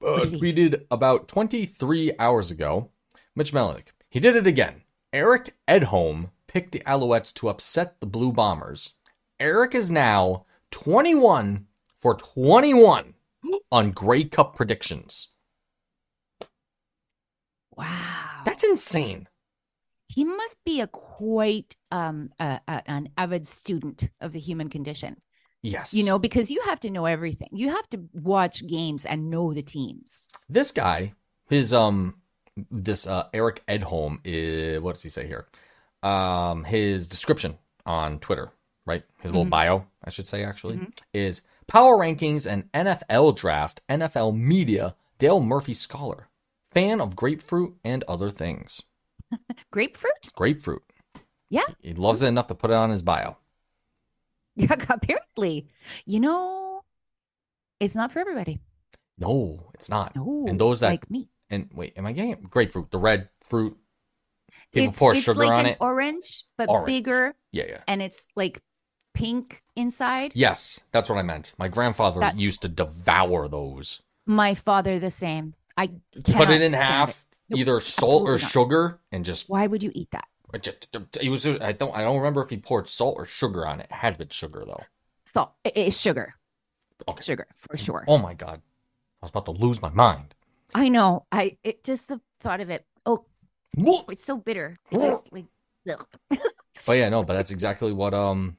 Speaker 1: uh,
Speaker 2: did he-
Speaker 1: tweeted about 23 hours ago. Mitch Melnick. He did it again. Eric Edholm picked the Alouettes to upset the Blue Bombers. Eric is now 21 for 21 on Grey Cup predictions. insane.
Speaker 2: He must be a quite um a, a- an avid student of the human condition.
Speaker 1: Yes.
Speaker 2: You know, because you have to know everything. You have to watch games and know the teams.
Speaker 1: this guy, his um, this uh, Eric Edholm is what does he say here? Um, his description on Twitter, right? His little
Speaker 2: Mhm.
Speaker 1: bio, I should say, actually,
Speaker 2: Mhm.
Speaker 1: is Power Rankings and NFL Draft, NFL Media, Dale Murphy Scholar, fan of grapefruit and other things.
Speaker 2: Grapefruit?
Speaker 1: Grapefruit.
Speaker 2: Yeah.
Speaker 1: He loves it enough to put it on his bio.
Speaker 2: Yeah, apparently. You know, it's not for everybody.
Speaker 1: No, it's not.
Speaker 2: No,
Speaker 1: and those that
Speaker 2: like me.
Speaker 1: and wait, am I getting it? grapefruit? The red fruit. People
Speaker 2: it's,
Speaker 1: pour
Speaker 2: it's
Speaker 1: sugar
Speaker 2: like
Speaker 1: on
Speaker 2: an
Speaker 1: it.
Speaker 2: orange, but
Speaker 1: Orange.
Speaker 2: bigger,
Speaker 1: yeah, yeah.
Speaker 2: and it's like pink inside.
Speaker 1: Yes, that's what I meant. My grandfather
Speaker 2: That-
Speaker 1: used to devour those.
Speaker 2: My father, the same. I
Speaker 1: Put
Speaker 2: cannot
Speaker 1: it in
Speaker 2: stand
Speaker 1: half,
Speaker 2: Nope,
Speaker 1: either salt or
Speaker 2: absolutely not.
Speaker 1: sugar, and just,
Speaker 2: Why would you eat that?
Speaker 1: it just it was. I don't. I don't remember if he poured salt or sugar on it. It had been sugar though.
Speaker 2: Salt. I- It's sugar.
Speaker 1: Okay.
Speaker 2: Sugar for sure.
Speaker 1: Oh my god, I was about to lose my mind.
Speaker 2: I know. I it just the thought of it. Oh,
Speaker 1: Whoa.
Speaker 2: it's so bitter. It just like. ugh.
Speaker 1: But yeah, no. But that's exactly what. Um,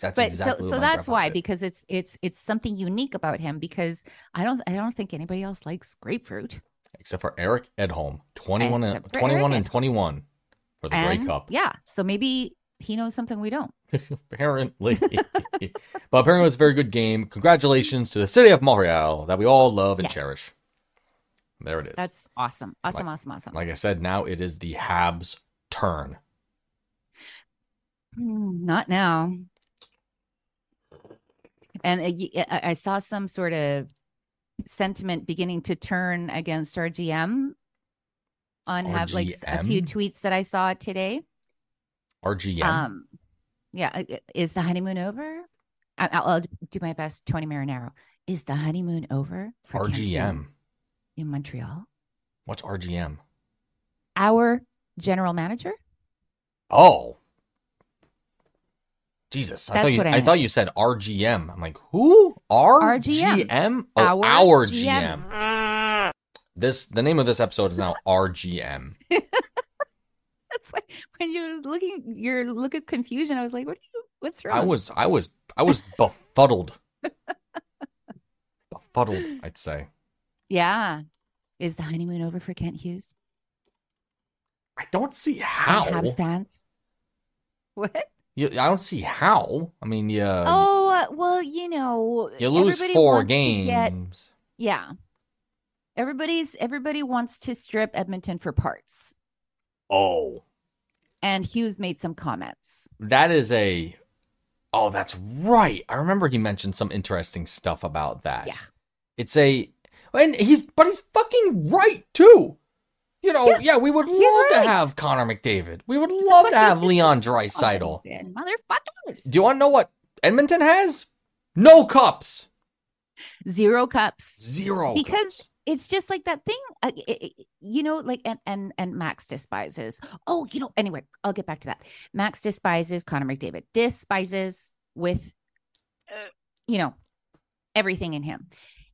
Speaker 1: that's
Speaker 2: but
Speaker 1: exactly.
Speaker 2: so
Speaker 1: what
Speaker 2: so
Speaker 1: my
Speaker 2: that's
Speaker 1: grandpa
Speaker 2: why
Speaker 1: did.
Speaker 2: because it's it's it's something unique about him because I don't I don't think anybody else likes grapefruit.
Speaker 1: except for Eric Edholm, twenty-one, and,
Speaker 2: Except for
Speaker 1: twenty-one
Speaker 2: Eric
Speaker 1: and
Speaker 2: Edholm.
Speaker 1: twenty-one for the Grey
Speaker 2: And,
Speaker 1: Cup.
Speaker 2: Yeah. So maybe he knows something we don't.
Speaker 1: apparently. but apparently, it's a very good game. Congratulations to the city of Montreal that we all love and
Speaker 2: Yes.
Speaker 1: cherish. There it is.
Speaker 2: That's awesome. Awesome, awesome, awesome.
Speaker 1: like I said, now it is the Habs' turn.
Speaker 2: Mm, Not now. And uh, y- I I saw some sort of sentiment beginning to turn against our GM on have like s- a few
Speaker 1: RGM?
Speaker 2: tweets that I saw today.
Speaker 1: Our GM.
Speaker 2: Um, yeah, uh, uh, is the honeymoon over? I- I'll, I'll do my best, Tony Marinaro. Is the honeymoon over? for
Speaker 1: our
Speaker 2: Ken Hughes
Speaker 1: GM.
Speaker 2: in Montreal,
Speaker 1: What's our GM?
Speaker 2: our general manager.
Speaker 1: Oh. Jesus. I
Speaker 2: That's
Speaker 1: thought, you,
Speaker 2: what I
Speaker 1: I,
Speaker 2: meant.
Speaker 1: thought you said RGM. I'm like, who? Our,
Speaker 2: Our GM.
Speaker 1: GM? Oh, our,
Speaker 2: GM.
Speaker 1: GM. This the name of this episode is now RGM.
Speaker 2: That's why when you're looking, your look of confusion. I was like, "What are you? What's wrong?"
Speaker 1: I was I was I was befuddled. befuddled, I'd say.
Speaker 2: Yeah. Is the honeymoon over for Kent Hughes?
Speaker 1: I don't see
Speaker 2: and
Speaker 1: how.
Speaker 2: Habs fans?
Speaker 1: Uh,
Speaker 2: What?
Speaker 1: You, I don't see how. I mean, yeah,
Speaker 2: oh uh, well, you know,
Speaker 1: you lose
Speaker 2: everybody
Speaker 1: four
Speaker 2: wants to
Speaker 1: games.
Speaker 2: get- yeah. Everybody's everybody wants to strip Edmonton for parts,
Speaker 1: Oh,
Speaker 2: and Hughes made some comments.
Speaker 1: that is a. Oh, that's right. I remember he mentioned some interesting stuff about that.
Speaker 2: Yeah.
Speaker 1: It's a, and he's but he's fucking right too. You know, yeah,
Speaker 2: Yeah,
Speaker 1: we would love
Speaker 2: right.
Speaker 1: to have Connor McDavid. We would love
Speaker 2: what
Speaker 1: to
Speaker 2: he
Speaker 1: have
Speaker 2: did.
Speaker 1: Leon Dreisaitl.
Speaker 2: Edmonton, Oh, Motherfuckers.
Speaker 1: Do you want to know what Edmonton has? No cups.
Speaker 2: Zero cups.
Speaker 1: Zero.
Speaker 2: Because-
Speaker 1: cups.
Speaker 2: It's just like that thing, uh, i- i- you know, like and and and Max despises. Oh, you know. Anyway, I'll get back to that. Max despises Connor McDavid. Despises with, uh, you know, everything in him,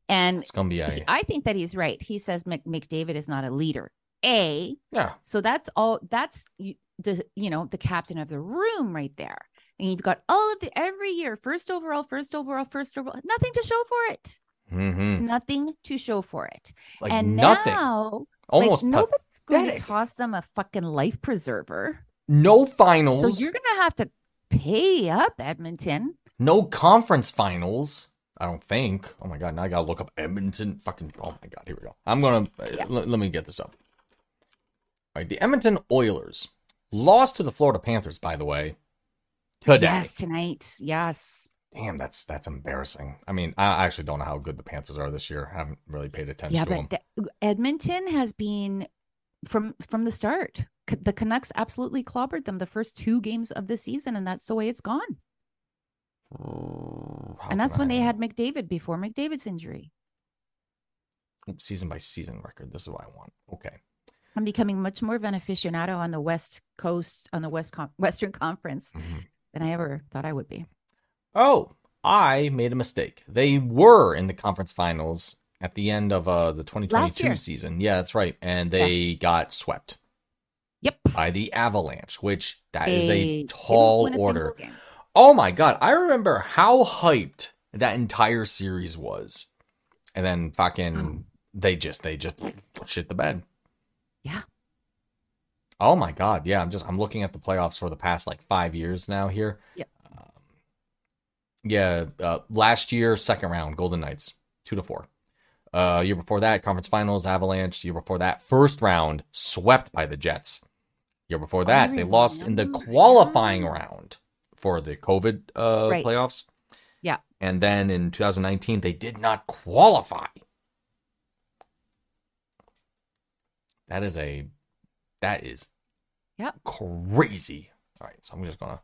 Speaker 2: and
Speaker 1: it's gonna be
Speaker 2: he-
Speaker 1: a
Speaker 2: I think that he's right. He says Mc, McDavid is not a leader. A
Speaker 1: yeah.
Speaker 2: So that's all that's y- the you know the captain of the room right there. And you've got all of the every year first overall, first overall, first overall, nothing to show for it.
Speaker 1: Mm-hmm.
Speaker 2: Nothing to show for it.
Speaker 1: Like
Speaker 2: and
Speaker 1: nothing.
Speaker 2: now
Speaker 1: Almost
Speaker 2: like,
Speaker 1: pa-
Speaker 2: nobody's going to
Speaker 1: pathetic.
Speaker 2: toss them a fucking life preserver.
Speaker 1: no
Speaker 2: So
Speaker 1: finals.
Speaker 2: you're going to have to pay up Edmonton.
Speaker 1: No conference finals. I don't think. Oh my god! Now I gotta look up Edmonton. Fucking. Oh my god! Here we go. I'm gonna. uh,
Speaker 2: Yeah.
Speaker 1: let- let me get this up. All right. The Edmonton Oilers lost to the Florida Panthers. By the way, today.
Speaker 2: Yes, tonight. Yes.
Speaker 1: Damn, that's that's embarrassing. I mean, I actually don't know how good the Panthers are this year. I haven't really paid attention
Speaker 2: yeah,
Speaker 1: to them.
Speaker 2: but the- Edmonton has been from from the start. C- The Canucks absolutely clobbered them the first two games of the season, and that's the way it's gone.
Speaker 1: Oh, Ooh, how
Speaker 2: and that's
Speaker 1: can
Speaker 2: when they
Speaker 1: I-
Speaker 2: had McDavid before McDavid's injury.
Speaker 1: season by season record. This is what I want. Okay.
Speaker 2: I'm becoming much more of an aficionado on the West Coast, on the West Con- Western Conference than I ever thought I would be.
Speaker 1: Oh, I made a mistake. They were in the conference finals at the end of uh, the 2022
Speaker 2: year.
Speaker 1: season. Yeah, that's right. And they got swept.
Speaker 2: Yep.
Speaker 1: by the Avalanche, which that is
Speaker 2: They
Speaker 1: a
Speaker 2: didn't
Speaker 1: tall
Speaker 2: win a single
Speaker 1: order.
Speaker 2: game.
Speaker 1: Oh my god, I remember how hyped that entire series was. And then fucking
Speaker 2: Mm.
Speaker 1: they just they just shit the bed.
Speaker 2: Yeah.
Speaker 1: Oh my god, yeah, I'm just I'm looking at the playoffs for the past like 5 years now here.
Speaker 2: Yep.
Speaker 1: Um, yeah, uh, last year second round Golden Knights 2 to 4. Uh year before that conference finals Avalanche, year before that first round swept by the Jets. Year before that, they lost in the
Speaker 2: remember.
Speaker 1: qualifying round for the COVID uh,
Speaker 2: Right.
Speaker 1: playoffs.
Speaker 2: Yeah.
Speaker 1: And then in 2019, they did not qualify. That is a, that is,
Speaker 2: Yep.
Speaker 1: crazy. All right, so I'm just gonna.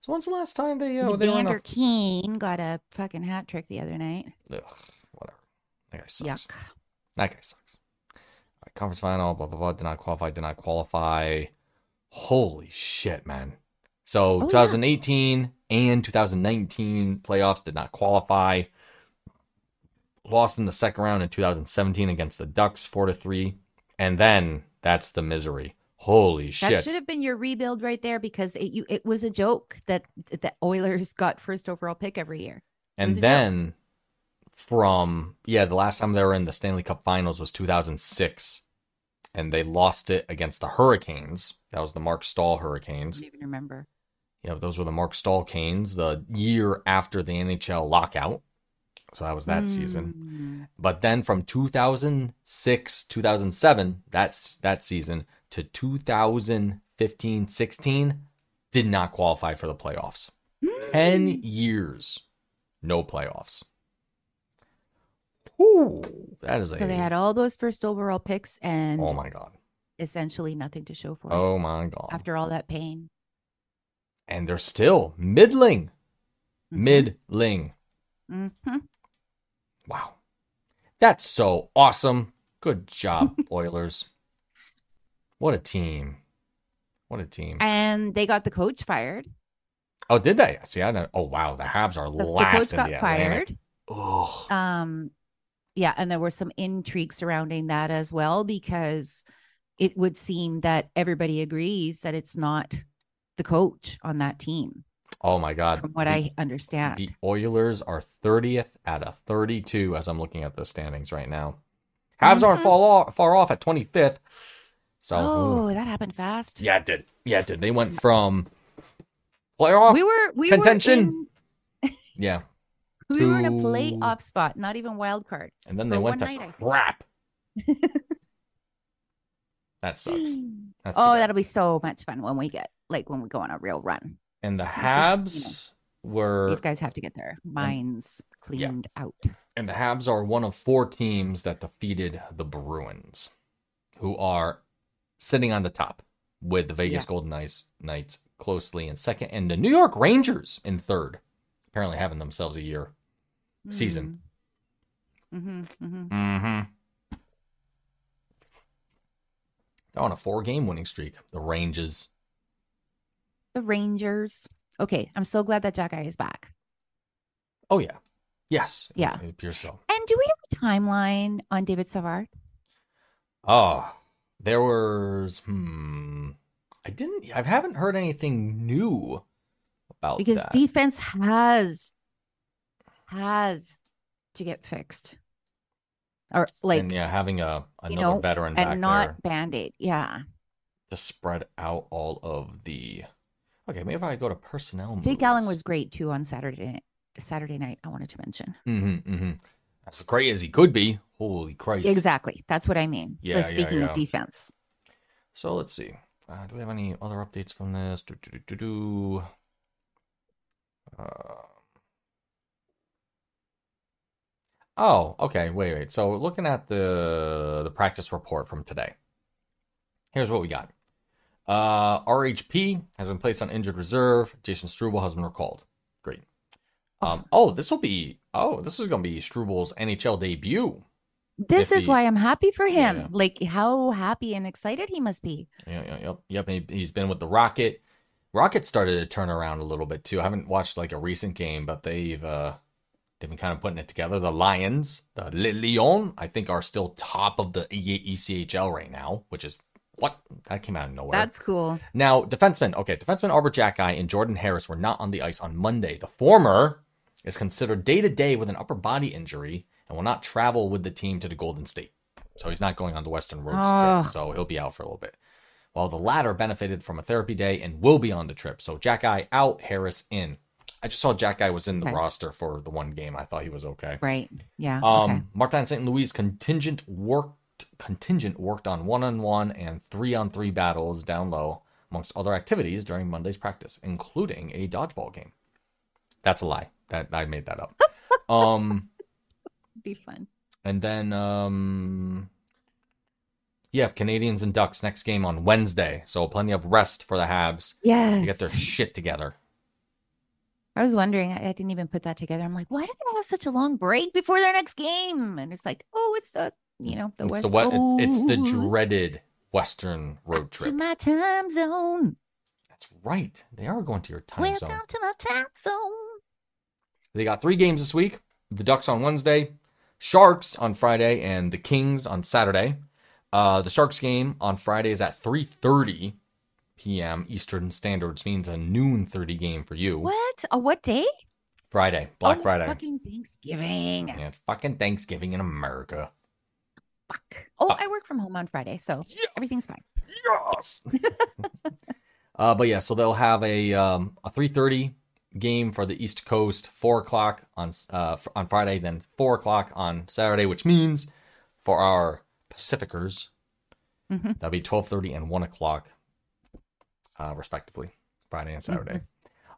Speaker 1: So when's the last time they uh, they were in a,
Speaker 2: Evander Keen got a fucking hat trick the other night.
Speaker 1: ugh, whatever? That guy sucks.
Speaker 2: Yuck.
Speaker 1: That guy sucks. All right, conference final, blah blah blah. Did not qualify. Did not qualify. Holy shit, man! So
Speaker 2: Oh, yeah.
Speaker 1: 2018 and 2019 playoffs did not qualify. Lost in the second round in 2017 against the Ducks, four to three, and then that's the misery. Holy
Speaker 2: That
Speaker 1: shit!
Speaker 2: should have been your rebuild right there because it you, it was a joke that the Oilers got first overall pick every year.
Speaker 1: and
Speaker 2: was a joke.
Speaker 1: then from yeah, the last time they were in the Stanley Cup Finals was 2006, and they lost it against the Hurricanes. That was the Mark Stahl
Speaker 2: I
Speaker 1: Hurricanes.
Speaker 2: don't even remember.
Speaker 1: Yeah, those were the Mark Stahl Canes the year after the NHL lockout. So that was that season.
Speaker 2: Mm.
Speaker 1: But then from 2006, 2007, that's that season to 2015, 16 did not qualify for the playoffs. 10
Speaker 2: Hmm.
Speaker 1: years no playoffs. Ooh, that is a
Speaker 2: So they had all those first overall picks and
Speaker 1: Oh my god.
Speaker 2: essentially nothing to show for it
Speaker 1: Oh my god.
Speaker 2: after all that pain.
Speaker 1: and they're still middling. Middling.
Speaker 2: Mm-hmm.
Speaker 1: Wow. That's so awesome. Good job, Oilers. What a team. What a team.
Speaker 2: And they got the coach fired.
Speaker 1: oh, did they? See, I know. Oh, wow. The Habs are
Speaker 2: The, the
Speaker 1: last
Speaker 2: coach
Speaker 1: in
Speaker 2: got
Speaker 1: the Atlantic.
Speaker 2: fired.
Speaker 1: Oh,
Speaker 2: Um, yeah, and there was some intrigue surrounding that as well because it would seem that everybody agrees that it's not the coach on that team,
Speaker 1: oh my God.
Speaker 2: from what
Speaker 1: The-
Speaker 2: I understand.
Speaker 1: The Oilers are 30th out of 32 as I'm looking at the standings right now. Habs aren't
Speaker 2: Mhm.
Speaker 1: far off, far off at 25th. So,
Speaker 2: oh,
Speaker 1: ooh.
Speaker 2: that happened fast.
Speaker 1: yeah, it did. Yeah, it did. They went from playoff.
Speaker 2: we were we
Speaker 1: Oh, Contention. yeah.
Speaker 2: were in, we were in a
Speaker 1: to-
Speaker 2: playoff spot, not even wild card.
Speaker 1: And then
Speaker 2: For
Speaker 1: they went
Speaker 2: one
Speaker 1: to
Speaker 2: night, I think.
Speaker 1: crap. that sucks. That's too
Speaker 2: oh,
Speaker 1: bad.
Speaker 2: that'll be so much fun when we get like when we go on a real run.
Speaker 1: and the
Speaker 2: That's
Speaker 1: Habs
Speaker 2: just,
Speaker 1: were
Speaker 2: These guys have to get their minds cleaned out.
Speaker 1: and the Habs are one of four teams that defeated the Bruins, who are sitting on the top with the Vegas
Speaker 2: Yeah.
Speaker 1: Golden Knights Knights closely in second and the New York Rangers in third. Apparently having themselves a year. Season.
Speaker 2: Mm-hmm, hmm
Speaker 1: Mm-hmm. They're on a four game winning streak. The Rangers.
Speaker 2: The Rangers. Okay, I'm so glad that Jack Eye is back.
Speaker 1: Oh yeah. Yes.
Speaker 2: Yeah.
Speaker 1: It appears so.
Speaker 2: And do we have a timeline on David Savard?
Speaker 1: Oh, there was. Hmm. I didn't. I haven't heard anything new about
Speaker 2: Because
Speaker 1: that.
Speaker 2: defense has has to get fixed, or like
Speaker 1: and yeah, having a another
Speaker 2: you know,
Speaker 1: veteran back
Speaker 2: and not
Speaker 1: there Mm-hmm.
Speaker 2: band aid. Yeah,
Speaker 1: to spread out all of the. Okay, maybe if I go to personnel.
Speaker 2: Jake Allen was great too on Saturday night. Saturday night, I wanted to mention.
Speaker 1: hmm hmm As great as he could be. Holy Christ!
Speaker 2: Exactly. That's what I mean.
Speaker 1: Yeah,
Speaker 2: Yeah,
Speaker 1: yeah,
Speaker 2: speaking
Speaker 1: yeah.
Speaker 2: of defense.
Speaker 1: So let's see. Uh, do we have any other updates from this? Do, do, do, do, do. Uh, oh, okay. Wait, wait. So looking at the the practice report from today, here's what we got. Uh, RHP has been placed on injured reserve. Jason Struble has been recalled. Great. Um,
Speaker 2: Awesome.
Speaker 1: oh, this will be. Oh, this is going to be Struble's NHL debut.
Speaker 2: This
Speaker 1: if
Speaker 2: is
Speaker 1: he-
Speaker 2: why I'm happy for him.
Speaker 1: Yeah.
Speaker 2: Like how happy and excited he must be.
Speaker 1: Yeah, yeah, yep, yep. and he- He's been with the Rocket. Rocket started to turn around a little bit too. I haven't watched like a recent game, but they've uh they've been kind of putting it together. The E Lions, the Le Lyon, I think are still top of the E- ECHL right now, which is What? That came out of nowhere.
Speaker 2: That's cool.
Speaker 1: Now, defensemen. Okay, defenseman Albert Jacki and Jordan Harris were not on the ice on Monday. The former is considered day to day with an upper body injury and will not travel with the team to the Golden State. So he's not going on the Western Road
Speaker 2: Ah.
Speaker 1: trip. So he'll be out for a little bit. While the latter benefited from a therapy day and will be on the trip. So Jacki out, Harris in. I just saw Jacki was in the
Speaker 2: Okay.
Speaker 1: roster for the one game. I thought he was okay.
Speaker 2: Right. Yeah.
Speaker 1: Um,
Speaker 2: okay.
Speaker 1: Martin St. Louis contingent worked contingent worked on one on one and three on three battles down low, amongst other activities during Monday's practice, including a dodgeball game. That's a lie. That I made that up. um,
Speaker 2: Be fun.
Speaker 1: and then um, yeah, Canadians and Ducks next game on Wednesday, so plenty of rest for the Habs
Speaker 2: Yes.
Speaker 1: to get their shit together.
Speaker 2: I was wondering. I, I didn't even put that together. I'm like, why do they have such a long break before their next game? And it's like, oh, it's the you know the
Speaker 1: it's
Speaker 2: West
Speaker 1: the what? it- it's the
Speaker 2: Coast.
Speaker 1: dreaded Western road
Speaker 2: to
Speaker 1: trip.
Speaker 2: my time zone.
Speaker 1: That's right. They are going to your time
Speaker 2: Welcome
Speaker 1: zone.
Speaker 2: to my time zone.
Speaker 1: They got three games this week the Ducks on Wednesday, Sharks on Friday, and the Kings on Saturday. Uh, the Sharks game on Friday is at 3.30 p.m. Eastern Standard, which means a noon 30 game for you.
Speaker 2: What? Oh, what day?
Speaker 1: Friday,
Speaker 2: oh,
Speaker 1: Black
Speaker 2: it's
Speaker 1: Friday.
Speaker 2: Fucking Thanksgiving.
Speaker 1: yeah, it's fucking Thanksgiving in America.
Speaker 2: Fuck. Oh,
Speaker 1: Fuck.
Speaker 2: I work from home on Friday, so everything's fine.
Speaker 1: Yes. uh, but yeah, so they'll have a um, a three thirty game for the East Coast, four o'clock on s- uh, f- on Friday, then four o'clock on Saturday, which means for our Pacificers,
Speaker 2: Mhm.
Speaker 1: that'll be twelve thirty and one o'clock, uh, respectively, Friday and Saturday.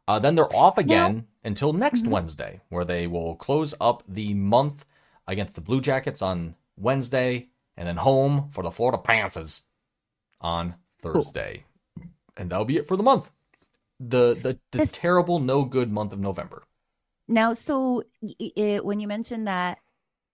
Speaker 1: Uh, then they're off again until next
Speaker 2: Mhm.
Speaker 1: Wednesday, where they will close up the month against the Blue Jackets on Wednesday, and then home for the Florida Panthers on Thursday. And that'll be it for the month. The the, the
Speaker 2: This-
Speaker 1: terrible, no good month of November.
Speaker 2: Now, so i- i- when you mentioned that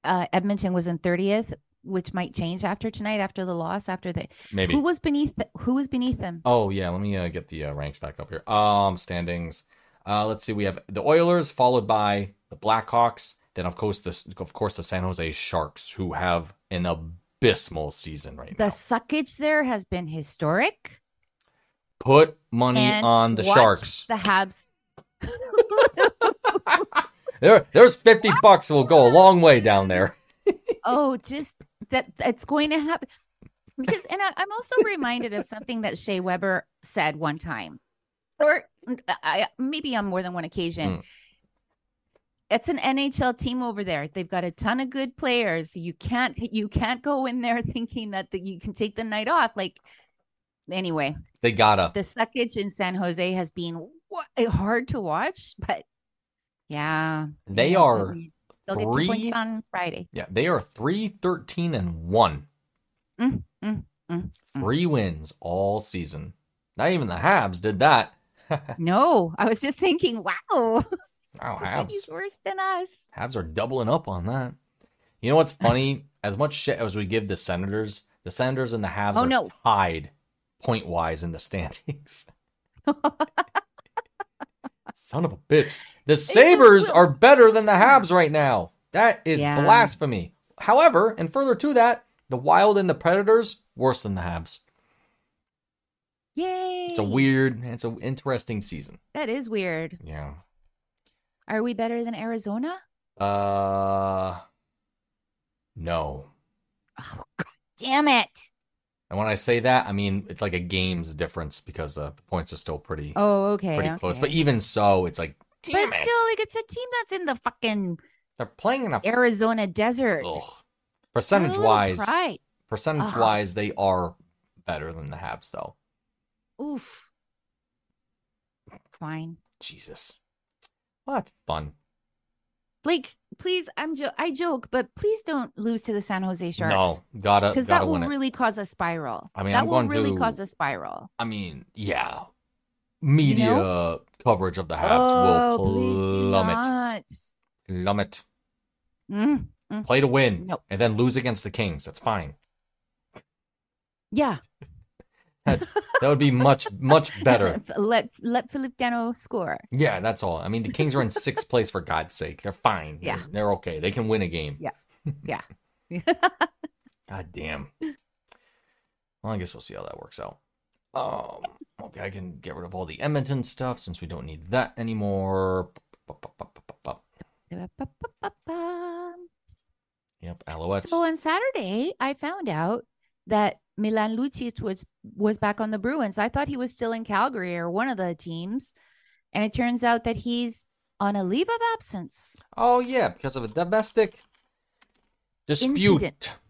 Speaker 2: uh, Edmonton was in thirtieth, which might change after tonight, after the loss, after the
Speaker 1: Maybe.
Speaker 2: who was beneath who was beneath them?
Speaker 1: Oh yeah, let me uh, get the uh, ranks back up here. Um, standings. Uh, let's see. We have the Oilers, followed by the Blackhawks. Then of course the of course the San Jose Sharks, who have an abysmal season right
Speaker 2: The
Speaker 1: now.
Speaker 2: suckage there has been historic.
Speaker 1: Put money
Speaker 2: and
Speaker 1: on the
Speaker 2: watch
Speaker 1: Sharks.
Speaker 2: The Habs.
Speaker 1: There, there's fifty bucks. Will go a long way down there.
Speaker 2: oh, just that it's going to happen. Because, and I, I'm also reminded of something that Shea Weber said one time, or I, maybe on more than one occasion.
Speaker 1: Mm.
Speaker 2: It's an NHL team over there. They've got a ton of good players. You can't you can't go in there thinking that that you can take the night off. Like anyway,
Speaker 1: They gotta.
Speaker 2: the suckage in San Jose has been wa- eh, hard to watch, but yeah,
Speaker 1: They
Speaker 2: yeah,
Speaker 1: are.
Speaker 2: They'll get two
Speaker 1: three-
Speaker 2: points on Friday.
Speaker 1: Yeah, they are 3 13 and 1.
Speaker 2: Mm, mm, mm,
Speaker 1: Three wins all season. Not even the Habs did that.
Speaker 2: No, I was just thinking,
Speaker 1: Oh,
Speaker 2: wow,
Speaker 1: Wow,
Speaker 2: somebody's
Speaker 1: Habs.
Speaker 2: worse than us.
Speaker 1: Habs are doubling up on that. You know what's funny? As much shit as we give the Senators, the Senators and the Habs
Speaker 2: Oh,
Speaker 1: are
Speaker 2: no.
Speaker 1: tied point wise in the standings. Son of a bitch. The Sabres are better than the Habs right now. That is
Speaker 2: Yeah.
Speaker 1: blasphemy. However, and further to that, the Wild and the Predators worse than the Habs.
Speaker 2: Yay!
Speaker 1: It's a weird, it's an interesting season.
Speaker 2: That is weird.
Speaker 1: Yeah.
Speaker 2: Are we better than Arizona?
Speaker 1: Uh, no.
Speaker 2: Oh God, damn it!
Speaker 1: And when I say that, I mean it's like a game's difference because uh, the points are still pretty,
Speaker 2: Oh, okay,
Speaker 1: pretty close.
Speaker 2: okay.
Speaker 1: But even so, it's like,
Speaker 2: But
Speaker 1: damn it,
Speaker 2: still, like it's a team that's in the fucking
Speaker 1: they're playing in a
Speaker 2: Arizona desert.
Speaker 1: ugh.
Speaker 2: Have a
Speaker 1: percentage
Speaker 2: little
Speaker 1: wise.
Speaker 2: pride.
Speaker 1: Percentage
Speaker 2: Ugh.
Speaker 1: wise, they are better than the Habs, though.
Speaker 2: Oof. Fine.
Speaker 1: Jesus, well, that's fun.
Speaker 2: Like, please, I'm jo- I joke, but please don't lose to the San Jose Sharks.
Speaker 1: No, gotta
Speaker 2: because
Speaker 1: gotta
Speaker 2: that will
Speaker 1: win it.
Speaker 2: really cause a spiral.
Speaker 1: I mean,
Speaker 2: that
Speaker 1: I'm
Speaker 2: will
Speaker 1: going
Speaker 2: really
Speaker 1: to-
Speaker 2: cause a spiral.
Speaker 1: I mean, yeah, media coverage of the Habs
Speaker 2: oh, please
Speaker 1: will
Speaker 2: do
Speaker 1: plummet,
Speaker 2: not.
Speaker 1: plummet.
Speaker 2: Mm,
Speaker 1: Play to win,
Speaker 2: No.
Speaker 1: and then lose against the Kings. That's fine.
Speaker 2: yeah,
Speaker 1: That would be much much better.
Speaker 2: Let let Philip Dano score.
Speaker 1: Yeah, that's all. I mean, the Kings are in sixth place for God's sake. They're fine.
Speaker 2: Yeah.
Speaker 1: They're, they're okay. They can win a game.
Speaker 2: Yeah. Yeah.
Speaker 1: God damn. Well, I guess we'll see how that works out. Um, okay, I can get rid of all the Edmonton stuff since we don't need that anymore. Yep, Alouettes.
Speaker 2: So on Saturday, I found out that Milan Lucic was was back on the Bruins. I thought he was still in Calgary or one of the teams, and it turns out that he's on a leave of absence
Speaker 1: Oh yeah, because of a domestic dispute
Speaker 2: Incident.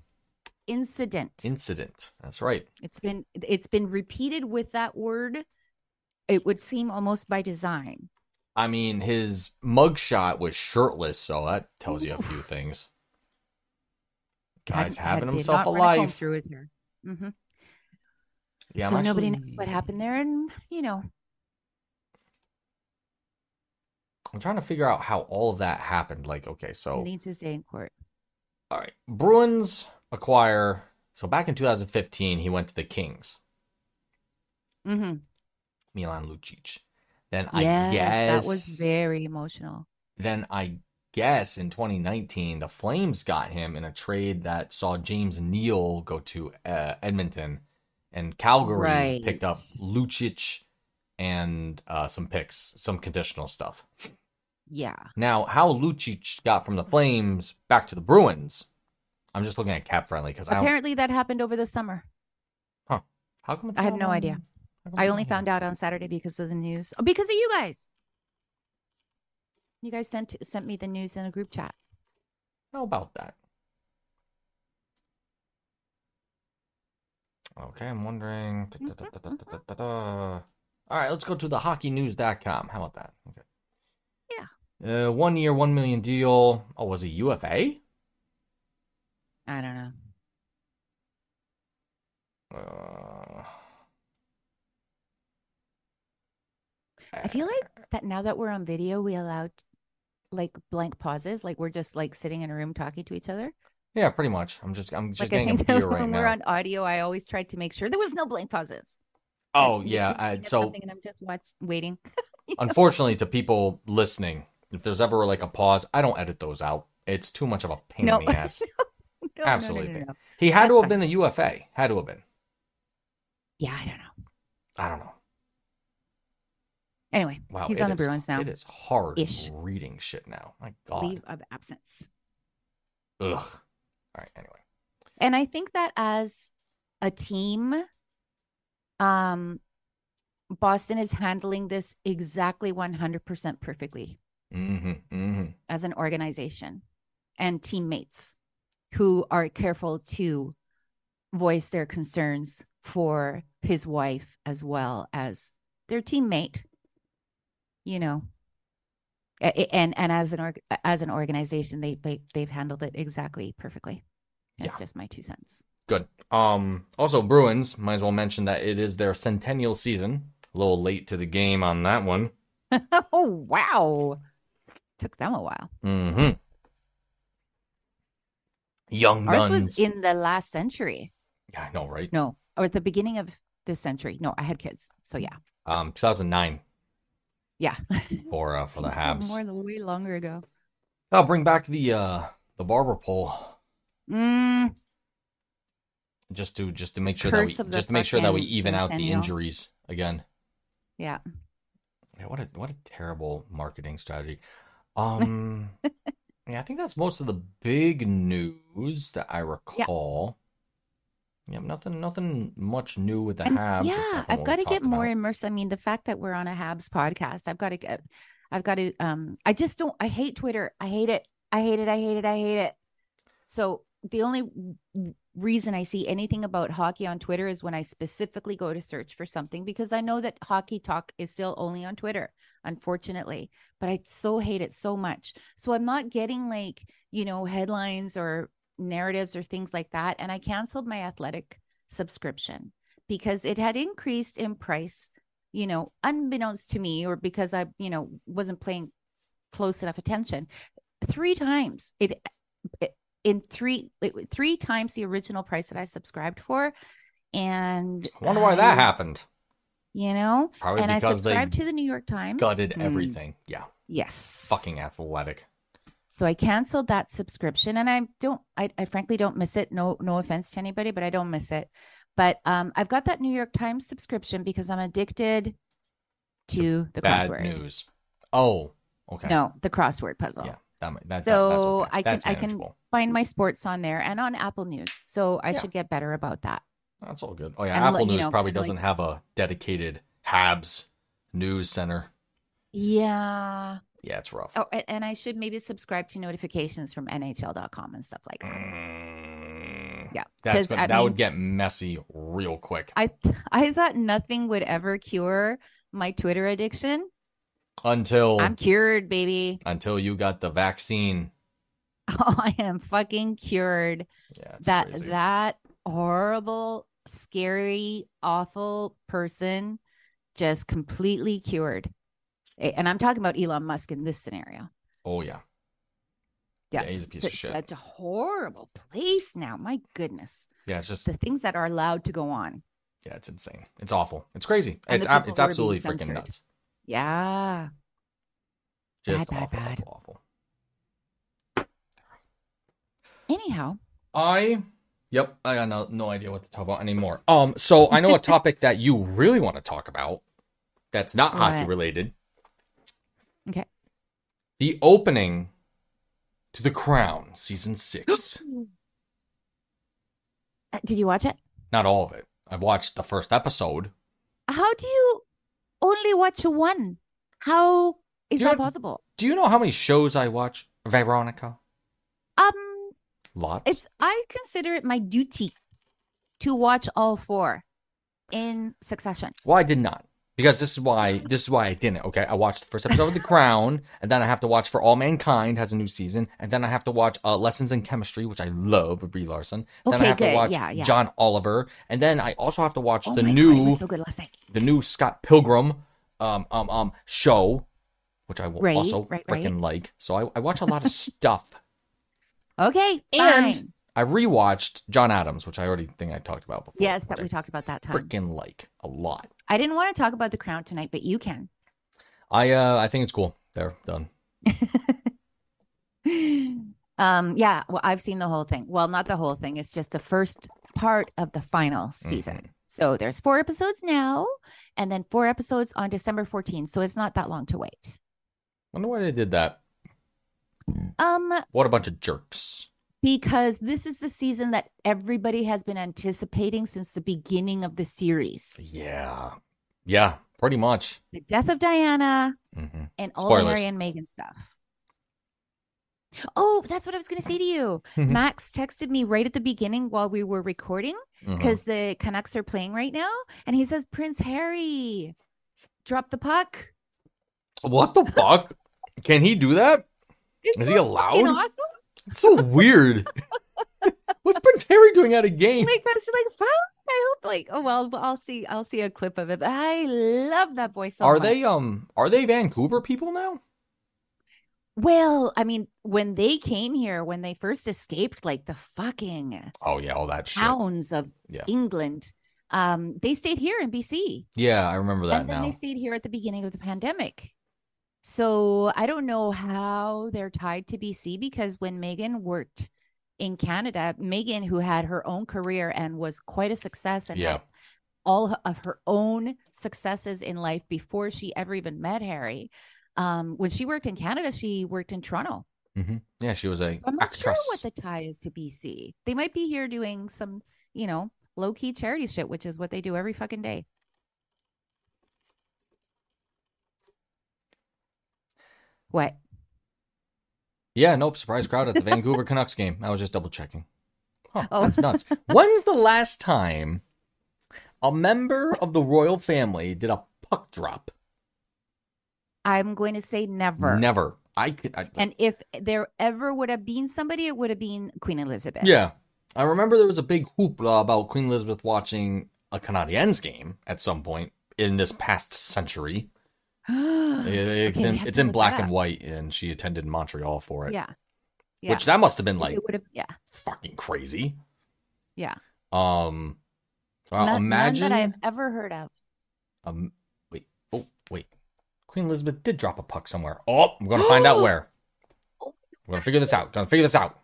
Speaker 2: incident.
Speaker 1: Incident. That's right.
Speaker 2: it's been it's been repeated with that word. It would seem almost by design.
Speaker 1: I mean, his mugshot was shirtless, so that tells you a few things. Guy's
Speaker 2: Had-
Speaker 1: having
Speaker 2: had- did
Speaker 1: himself
Speaker 2: not
Speaker 1: a
Speaker 2: run comb
Speaker 1: life.
Speaker 2: through his hair. Mhm.
Speaker 1: Yeah,
Speaker 2: so
Speaker 1: I'm
Speaker 2: nobody
Speaker 1: actually-
Speaker 2: knows what happened there, and you know,
Speaker 1: I'm trying to figure out how all of that happened. Like, okay, so
Speaker 2: he needs to stay in court.
Speaker 1: All right. Bruins acquire. So back in 2015, he went to the Kings,
Speaker 2: hmm
Speaker 1: Milan Lucic. Then I
Speaker 2: Yes,
Speaker 1: guess
Speaker 2: that was very emotional.
Speaker 1: Then I guess in 2019, the Flames got him in a trade that saw James Neal go to uh, Edmonton, and Calgary
Speaker 2: Right.
Speaker 1: picked up Lucic and uh, some picks, some conditional stuff.
Speaker 2: Yeah.
Speaker 1: Now, how Lucic got from the Flames back to the Bruins, I'm just looking at cap friendly because I don't
Speaker 2: Apparently that happened over the summer.
Speaker 1: How come it's
Speaker 2: I had
Speaker 1: not
Speaker 2: no
Speaker 1: on-
Speaker 2: idea.
Speaker 1: how come
Speaker 2: I
Speaker 1: it's
Speaker 2: only
Speaker 1: not on
Speaker 2: found out on Saturday because of the news. Oh, because of you guys. You guys sent sent me the news in a group chat.
Speaker 1: here? How about that? Okay, I'm wondering. Da- da- da- da- da- da- da- da- da. All right, let's go to the hockeynews.com. How about that? Okay. Yeah. Uh, one year, one million deal. Oh, was he UFA?
Speaker 2: I don't know.
Speaker 1: Uh,
Speaker 2: I feel like that now that we're on video, we allowed like blank pauses. Like we're just like sitting in a room talking to each other.
Speaker 1: Yeah, pretty much. I'm just I'm just
Speaker 2: like I
Speaker 1: getting a
Speaker 2: think
Speaker 1: beer
Speaker 2: that
Speaker 1: right
Speaker 2: when
Speaker 1: now.
Speaker 2: we're on audio, I always tried to make sure there was no blank pauses.
Speaker 1: oh
Speaker 2: Like, you
Speaker 1: yeah,
Speaker 2: keep
Speaker 1: I,
Speaker 2: looking at
Speaker 1: so
Speaker 2: something and I'm just watch waiting.
Speaker 1: unfortunately to people listening if there's ever like a pause i don't edit those out it's too much of a pain
Speaker 2: No.
Speaker 1: in the ass
Speaker 2: No, no, no,
Speaker 1: Absolutely.
Speaker 2: no, no, no.
Speaker 1: he had to
Speaker 2: That's
Speaker 1: have been a ufa had to have been
Speaker 2: Yeah, I don't know.
Speaker 1: i don't know
Speaker 2: Anyway,
Speaker 1: wow
Speaker 2: He's
Speaker 1: it
Speaker 2: on the
Speaker 1: is-
Speaker 2: Bruins now.
Speaker 1: it is hard
Speaker 2: Ish.
Speaker 1: reading shit now my god
Speaker 2: leave of absence.
Speaker 1: ugh all right anyway
Speaker 2: And I think that as a team, um, Boston is handling this exactly 100% perfectly
Speaker 1: mm-hmm mm-hmm
Speaker 2: as an organization and teammates who are careful to voice their concerns for his wife as well as their teammate, you know. A- a- And and as an org- as an organization, they, they they've handled it exactly perfectly. That's
Speaker 1: Yeah.
Speaker 2: just my two cents.
Speaker 1: good um also bruins might as well mention that it is their centennial season a little late to the game on that one
Speaker 2: oh wow took them a while
Speaker 1: mm-hmm young
Speaker 2: ours
Speaker 1: guns
Speaker 2: was in the last century
Speaker 1: yeah i know right
Speaker 2: no or at the beginning of this century no i had kids so yeah
Speaker 1: um 2009
Speaker 2: yeah
Speaker 1: for uh, for the
Speaker 2: Seems so
Speaker 1: Habs.
Speaker 2: more than way longer ago
Speaker 1: I'll bring back the uh the barber pole
Speaker 2: mm,
Speaker 1: just to just to make sure
Speaker 2: Curse
Speaker 1: that we
Speaker 2: of the
Speaker 1: just to make sure that we
Speaker 2: fucking
Speaker 1: even out the
Speaker 2: centennial.
Speaker 1: injuries again.
Speaker 2: yeah
Speaker 1: Yeah, what a what a terrible marketing strategy. Um yeah, I think that's most of the big news that I recall. Yeah, nothing nothing much new with the
Speaker 2: And
Speaker 1: Habs.
Speaker 2: yeah
Speaker 1: aside from
Speaker 2: i've
Speaker 1: what
Speaker 2: got
Speaker 1: we
Speaker 2: to get
Speaker 1: talked
Speaker 2: more
Speaker 1: about.
Speaker 2: immersed i mean the fact that we're on a habs podcast i've got to get i've got to um i just don't i hate twitter i hate it i hate it i hate it i hate it so the only w- reason i see anything about hockey on twitter is when i specifically go to search for something because i know that hockey talk is still only on twitter unfortunately but i so hate it so much so i'm not getting like you know headlines or narratives or things like that and i canceled my athletic subscription because it had increased in price, you know, unbeknownst to me, or because I, you know, wasn't paying close enough attention. Three times it, it- in three it wa- three times the original price that I subscribed for, and
Speaker 1: I wonder why that
Speaker 2: I-
Speaker 1: happened.
Speaker 2: You know,
Speaker 1: Probably
Speaker 2: and I
Speaker 1: because they
Speaker 2: subscribed to the New York Times.
Speaker 1: gutted
Speaker 2: Mm,
Speaker 1: everything. Yeah.
Speaker 2: yes,
Speaker 1: Fucking athletic.
Speaker 2: so I canceled that subscription and I don't I, I frankly don't miss it. No no offense to anybody, but I don't miss it. But um, I've got that New York Times subscription because I'm addicted to the
Speaker 1: Bad
Speaker 2: crossword.
Speaker 1: news. Oh, okay.
Speaker 2: No, the crossword puzzle.
Speaker 1: Yeah. That, mi- that, that- that's
Speaker 2: so
Speaker 1: okay.
Speaker 2: I can
Speaker 1: That's
Speaker 2: I can
Speaker 1: manageable.
Speaker 2: find my sports on there and on Apple News. So I
Speaker 1: Yeah.
Speaker 2: should get better about that.
Speaker 1: That's all good. Oh yeah,
Speaker 2: And I'll
Speaker 1: Apple
Speaker 2: let you
Speaker 1: News
Speaker 2: know,
Speaker 1: probably
Speaker 2: kinda like-
Speaker 1: doesn't have a dedicated Habs news center.
Speaker 2: Yeah.
Speaker 1: Yeah, it's rough.
Speaker 2: Oh, and, and I should maybe subscribe to notifications from NHL.com and stuff like that.
Speaker 1: Mm.
Speaker 2: Yeah,
Speaker 1: That's
Speaker 2: 'cause,
Speaker 1: what,
Speaker 2: I
Speaker 1: that
Speaker 2: mean-
Speaker 1: would get messy real quick.
Speaker 2: I I thought nothing would ever cure my Twitter addiction.
Speaker 1: until
Speaker 2: I'm cured, baby.
Speaker 1: until you got the vaccine.
Speaker 2: Oh, I am fucking cured.
Speaker 1: Yeah, it's
Speaker 2: that
Speaker 1: crazy.
Speaker 2: that horrible, scary, awful person just completely cured. A- And I'm talking about Elon Musk in this scenario.
Speaker 1: Oh yeah.
Speaker 2: Yeah,
Speaker 1: he's a piece of
Speaker 2: It's
Speaker 1: shit.
Speaker 2: such a horrible place now. My goodness.
Speaker 1: yeah, it's just
Speaker 2: The things that are allowed to go on.
Speaker 1: yeah, it's insane. It's awful. It's crazy.
Speaker 2: And
Speaker 1: it's
Speaker 2: the
Speaker 1: ab-
Speaker 2: people
Speaker 1: it's
Speaker 2: who are being
Speaker 1: absolutely freaking
Speaker 2: censored.
Speaker 1: nuts.
Speaker 2: Yeah. Bad,
Speaker 1: Just
Speaker 2: bad,
Speaker 1: awful,
Speaker 2: bad.
Speaker 1: awful, awful.
Speaker 2: Anyhow,
Speaker 1: I yep, I got no, no idea what to talk about anymore. Um, so I know a topic that you really want to talk about that's not hockey
Speaker 2: What?
Speaker 1: related.
Speaker 2: Okay.
Speaker 1: The opening to The Crown season six.
Speaker 2: uh, did you watch it?
Speaker 1: not all of it. I've watched the first episode.
Speaker 2: How do you only watch one? How is
Speaker 1: You're-
Speaker 2: that possible?
Speaker 1: Do you know how many shows I watch, Veronica?
Speaker 2: Um,
Speaker 1: Lots.
Speaker 2: It's I consider it my duty to watch all four in succession.
Speaker 1: Well, I did not. Because this is why this is why I didn't. Okay, I watched the first episode of The Crown, and then I have to watch For All Mankind has a new season, and then I have to watch uh, Lessons in Chemistry, which I love with Brie Larson. then I
Speaker 2: Okay,
Speaker 1: have to
Speaker 2: good.
Speaker 1: watch
Speaker 2: Yeah, yeah.
Speaker 1: John Oliver, and then I also have to watch
Speaker 2: Oh
Speaker 1: the
Speaker 2: my God, it
Speaker 1: new
Speaker 2: was so good last night.
Speaker 1: the new Scott Pilgrim um um um show, which I will
Speaker 2: Right,
Speaker 1: also
Speaker 2: right, right.
Speaker 1: freaking like. So I, I watch a lot of stuff.
Speaker 2: Okay,
Speaker 1: And-
Speaker 2: fine.
Speaker 1: I rewatched John Adams, which I already think I talked about before.
Speaker 2: yes, that we
Speaker 1: which
Speaker 2: talked about that
Speaker 1: I
Speaker 2: time.
Speaker 1: freaking like a lot.
Speaker 2: I didn't want to talk about the crown tonight, but you can.
Speaker 1: I uh I think it's cool. There, done.
Speaker 2: Um, yeah, well, I've seen the whole thing. Well, not the whole thing. It's just the first part of the final
Speaker 1: Mm-hmm.
Speaker 2: season. So there's four episodes now, and then four episodes on December 14th. So it's not that long to wait.
Speaker 1: Wonder why they did that.
Speaker 2: Um,
Speaker 1: What a bunch of jerks.
Speaker 2: because this is the season that everybody has been anticipating since the beginning of the series
Speaker 1: Yeah. Yeah, pretty much.
Speaker 2: the death of diana
Speaker 1: hmm
Speaker 2: and all the
Speaker 1: Spoilers.
Speaker 2: harry and megan stuff oh that's what i was going to say to you max texted me right at the beginning while we were recording
Speaker 1: mm-hmm. Uh-huh.
Speaker 2: because the canucks are playing right now and he says prince harry drop the puck
Speaker 1: What the fuck? Can he do that?
Speaker 2: Isn't
Speaker 1: Is he
Speaker 2: that fucking
Speaker 1: allowed?
Speaker 2: awesome
Speaker 1: It's so weird. What's Prince Harry doing at a game?
Speaker 2: like that's like fun i hope like oh well i'll see i'll see a clip of it but i love that boy so
Speaker 1: are
Speaker 2: much.
Speaker 1: they um are they Vancouver people now?
Speaker 2: Well, I mean, when they came here, when they first escaped, like the fucking
Speaker 1: Oh yeah, all that shit.
Speaker 2: towns of
Speaker 1: Yeah.
Speaker 2: England, um, they stayed here in BC,
Speaker 1: Yeah, I remember that
Speaker 2: and then
Speaker 1: now.
Speaker 2: they stayed here at the beginning of the pandemic. So I don't know how they're tied to BC because when Megan worked in Canada, Megan, who had her own career and was quite a success and
Speaker 1: Yeah.
Speaker 2: had all h- of her own successes in life before she ever even met Harry, um, when she worked in Canada, she worked in Toronto.
Speaker 1: Yeah, she was a
Speaker 2: So I'm not
Speaker 1: actress.
Speaker 2: sure what the tie is to BC. They might be here doing some, you know, low key charity shit, which is what they do every fucking day. What?
Speaker 1: Yeah, nope. Surprise crowd at the Vancouver Canucks game. I was just double checking. Huh,
Speaker 2: Oh.
Speaker 1: that's nuts. When's the last time a member of the royal family did a puck drop?
Speaker 2: I'm going to say never.
Speaker 1: Never. I could. I,
Speaker 2: And if there ever would have been somebody, it would have been Queen Elizabeth.
Speaker 1: yeah, I remember there was a big hoopla about Queen Elizabeth watching a Canadiens game at some point in this past century. It- It's
Speaker 2: Okay, we
Speaker 1: in,
Speaker 2: have
Speaker 1: it's
Speaker 2: to
Speaker 1: in
Speaker 2: look
Speaker 1: black
Speaker 2: that
Speaker 1: and
Speaker 2: up.
Speaker 1: white, and she attended Montreal for it.
Speaker 2: Yeah. Yeah.
Speaker 1: Which that must have been like
Speaker 2: it would have, yeah.
Speaker 1: fucking crazy.
Speaker 2: Yeah.
Speaker 1: Um. so
Speaker 2: None-
Speaker 1: imagine
Speaker 2: none that I've ever heard of.
Speaker 1: Um, wait. Oh, wait. Queen Elizabeth did drop a puck somewhere. Oh, we're gonna find out where. We're gonna figure this out. Gonna figure this out.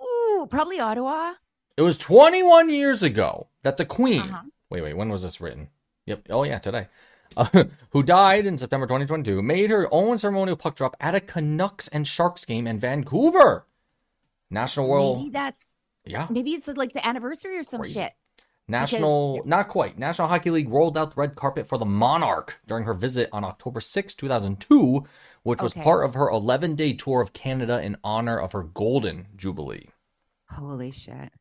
Speaker 2: Ooh, probably Ottawa.
Speaker 1: It was 21 years ago. that the Queen,
Speaker 2: Uh-huh.
Speaker 1: wait, wait, when was this written? Yep. Oh, yeah, today. Uh, who died in September 2022, made her own ceremonial puck drop at a Canucks and Sharks game in Vancouver. National
Speaker 2: maybe
Speaker 1: World.
Speaker 2: that's
Speaker 1: Yeah.
Speaker 2: maybe it's like the anniversary or some
Speaker 1: Crazy.
Speaker 2: shit.
Speaker 1: National, not quite. National Hockey League rolled out the red carpet for the Monarch during her visit on October 6, 2002, which was
Speaker 2: Okay.
Speaker 1: part of her 11 day tour of Canada in honor of her Golden Jubilee.
Speaker 2: Holy shit!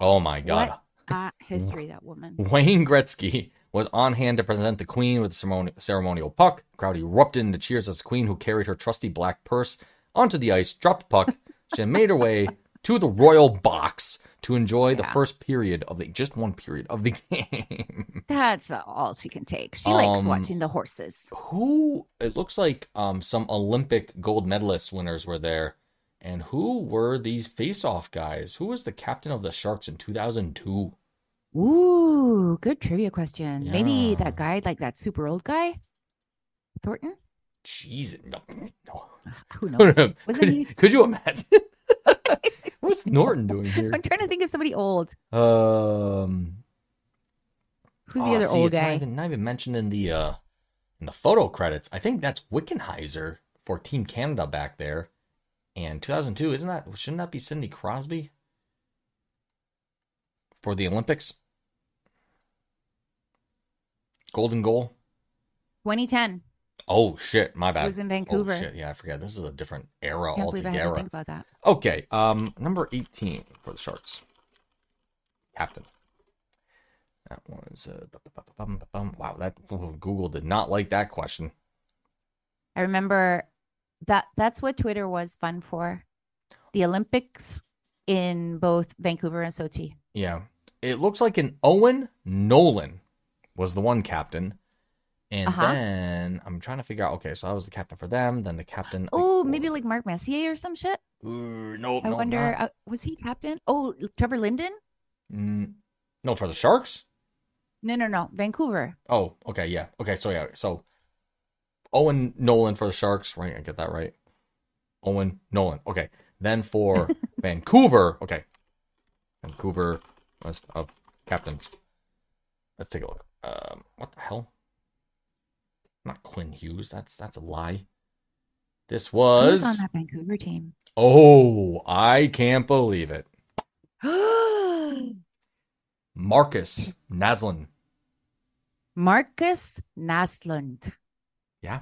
Speaker 1: Oh my God.
Speaker 2: Uh, history that woman.
Speaker 1: Wayne Gretzky was on hand to present the Queen with the ceremoni- ceremonial puck. Crowd erupted into cheers as the Queen, who carried her trusty black purse onto the ice, dropped the puck. She then made her way to the royal box to enjoy the
Speaker 2: Yeah.
Speaker 1: first period of the just one period of the game.
Speaker 2: That's uh, all she can take. She likes
Speaker 1: Um,
Speaker 2: watching the horses.
Speaker 1: who it looks like um some Olympic gold medalist winners were there. And who were these face-off guys? Who was the captain of the Sharks in 2002?
Speaker 2: Ooh, good trivia question. Maybe
Speaker 1: Yeah.
Speaker 2: that guy, like that super old guy, Thornton.
Speaker 1: Jesus. No. no.
Speaker 2: Who knows?
Speaker 1: Could,
Speaker 2: Wasn't he-
Speaker 1: could you imagine? What's Norton doing here?
Speaker 2: I'm trying to think of somebody old.
Speaker 1: Um
Speaker 2: Who's
Speaker 1: oh,
Speaker 2: the other
Speaker 1: see,
Speaker 2: old
Speaker 1: it's Not
Speaker 2: guy?
Speaker 1: even, not even mentioned in the uh in the photo credits. I think that's Wickenheiser for Team Canada back there. And 2002, isn't that shouldn't that be Cindy Crosby for the Olympics? Golden goal.
Speaker 2: 2010
Speaker 1: Oh shit, my bad.
Speaker 2: was in Vancouver.
Speaker 1: Oh shit, yeah, I forget. This is a different era
Speaker 2: Can't believe I had to
Speaker 1: altogether.
Speaker 2: think about that.
Speaker 1: Okay, um, number 18 for the Sharks. Captain. That was, uh, bu- bu- bu- bum- bu- bum. wow, that Google did not like that question.
Speaker 2: I remember that that's what Twitter was fun for. The Olympics in both Vancouver and Sochi.
Speaker 1: Yeah. It looks like an Owen Nolan was the one captain. And
Speaker 2: Uh-huh.
Speaker 1: then I'm trying to figure out, okay, so I was the captain for them, then the captain.
Speaker 2: Oh, maybe like Mark Messier or some shit.
Speaker 1: Ooh, nope,
Speaker 2: I
Speaker 1: nope,
Speaker 2: wonder,
Speaker 1: not-
Speaker 2: uh, was he captain? Oh, Trevor Linden?
Speaker 1: Mm, no, for the Sharks?
Speaker 2: No, no, no. Vancouver.
Speaker 1: Oh, okay, yeah. Okay, so yeah, so Owen Nolan for the Sharks, right? I get that right. Owen Nolan. Okay. Then for Vancouver, okay. Vancouver list of captains. Let's take a look. Um, what the hell? Not Quinn Hughes. That's that's a lie. This
Speaker 2: Who
Speaker 1: was,
Speaker 2: was on that Vancouver team?
Speaker 1: oh, I can't believe it. Marcus Naslin.
Speaker 2: Marcus Naslund.
Speaker 1: Yeah.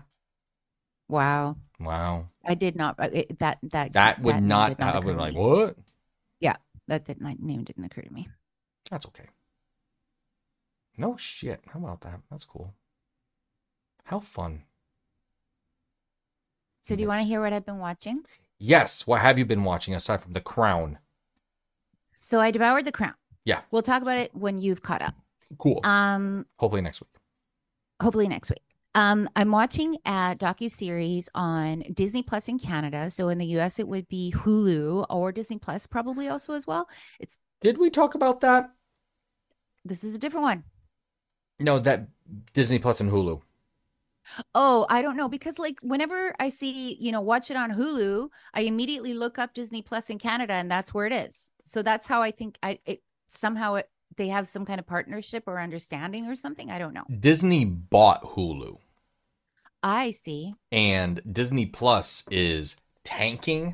Speaker 2: Wow.
Speaker 1: Wow.
Speaker 2: I did not uh, it, that that
Speaker 1: That would
Speaker 2: name
Speaker 1: not.
Speaker 2: did
Speaker 1: I
Speaker 2: occur
Speaker 1: would
Speaker 2: to
Speaker 1: like
Speaker 2: me.
Speaker 1: what?
Speaker 2: that did not name didn't occur to me.
Speaker 1: That's okay. No shit. How about that? That's cool. How fun.
Speaker 2: So do you
Speaker 1: Yes.
Speaker 2: want to hear what I've been watching?
Speaker 1: Yes. What have you been watching aside from The Crown?
Speaker 2: So I devoured the crown.
Speaker 1: Yeah.
Speaker 2: We'll talk about it when you've caught up.
Speaker 1: Cool.
Speaker 2: Um,
Speaker 1: Hopefully next week.
Speaker 2: hopefully next week. Um, I'm watching a docu series on Disney Plus in Canada. So in the U.S., it would be Hulu or Disney Plus, probably also as well.
Speaker 1: Did we talk about that?
Speaker 2: This is a different one.
Speaker 1: No, that Disney Plus and Hulu.
Speaker 2: Oh, I don't know because like whenever I see you know watch it on Hulu, I immediately look up Disney Plus in Canada, and that's where it is. So that's how I think I it somehow it they have some kind of partnership or understanding or something. I don't know.
Speaker 1: Disney bought Hulu,
Speaker 2: I see.
Speaker 1: and Disney Plus is tanking.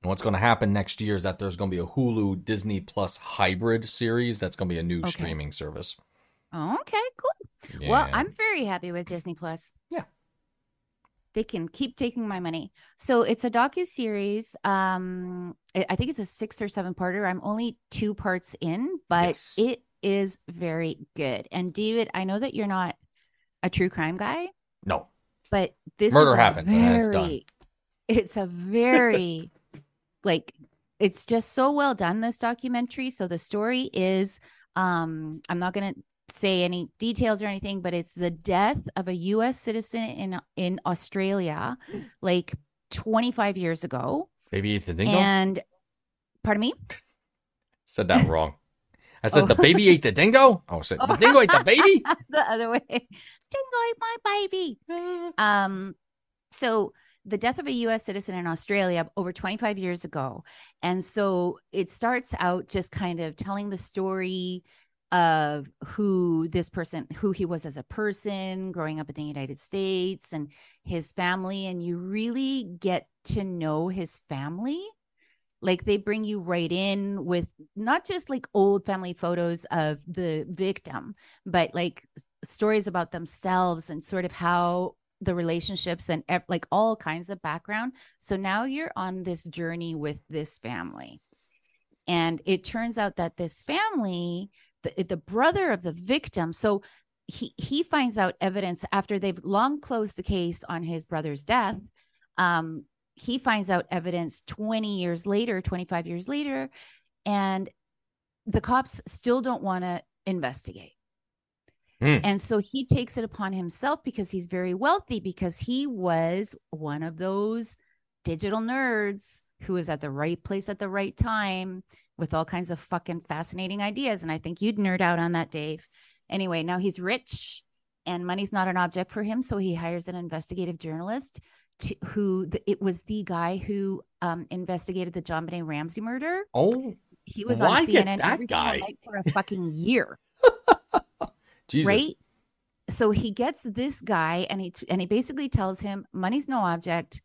Speaker 1: And what's going to happen next year is that there's going to be a Hulu Disney Plus hybrid series that's going to be a new
Speaker 2: Okay.
Speaker 1: streaming service.
Speaker 2: Oh, okay, cool. Well,
Speaker 1: Yeah.
Speaker 2: I'm very happy with Disney Plus.
Speaker 1: Yeah.
Speaker 2: They can keep taking my money. So it's a docu series. Um, I I think it's a six or seven parter. I'm only two parts in, but
Speaker 1: Yes.
Speaker 2: it is very good. And David, I know that you're not a true crime guy,
Speaker 1: No.
Speaker 2: but this
Speaker 1: Murder
Speaker 2: is a
Speaker 1: happens and then it's done.
Speaker 2: very- It's a very like it's just so well done this documentary. So the story is um I'm not going to say any details or anything but it's the death of a US citizen in in Australia like 25 years ago
Speaker 1: Baby Ethan Dingle?
Speaker 2: and pardon me
Speaker 1: Said that wrong. I said
Speaker 2: Oh.
Speaker 1: the baby ate the dingo. Oh, shit. the dingo ate the baby.
Speaker 2: the other way. Dingo ate my baby. Um, so the death of a U.S. citizen in Australia over 25 years ago, and so it starts out just kind of telling the story of who this person who he was as a person growing up in the United States and his family and you really get to know his family like they bring you right in with not just like old family photos of the victim but like s- stories about themselves and sort of how the relationships and ev- like all kinds of background so now you're on this journey with this family and it turns out that this family the, the brother of the victim so he he finds out evidence after they've long closed the case on his brother's death um he finds out evidence 20 years later 25 years later and the cops still don't want to investigate
Speaker 1: Hmm.
Speaker 2: and so he takes it upon himself because he's very wealthy because he was one of those digital nerds who was at the right place at the right time with all kinds of fucking fascinating ideas. And I think you'd nerd out on that, Dave. Anyway, now he's rich and money's not an object for him. So he hires an investigative journalist to, who th- it was the guy who um, investigated the John Benet Ramsey murder.
Speaker 1: Oh,
Speaker 2: He was
Speaker 1: Why
Speaker 2: on
Speaker 1: get
Speaker 2: CNN
Speaker 1: that
Speaker 2: every single
Speaker 1: guy?
Speaker 2: night for a fucking year,
Speaker 1: Jesus.
Speaker 2: right? So he gets this guy and he t- and he basically tells him money's no object.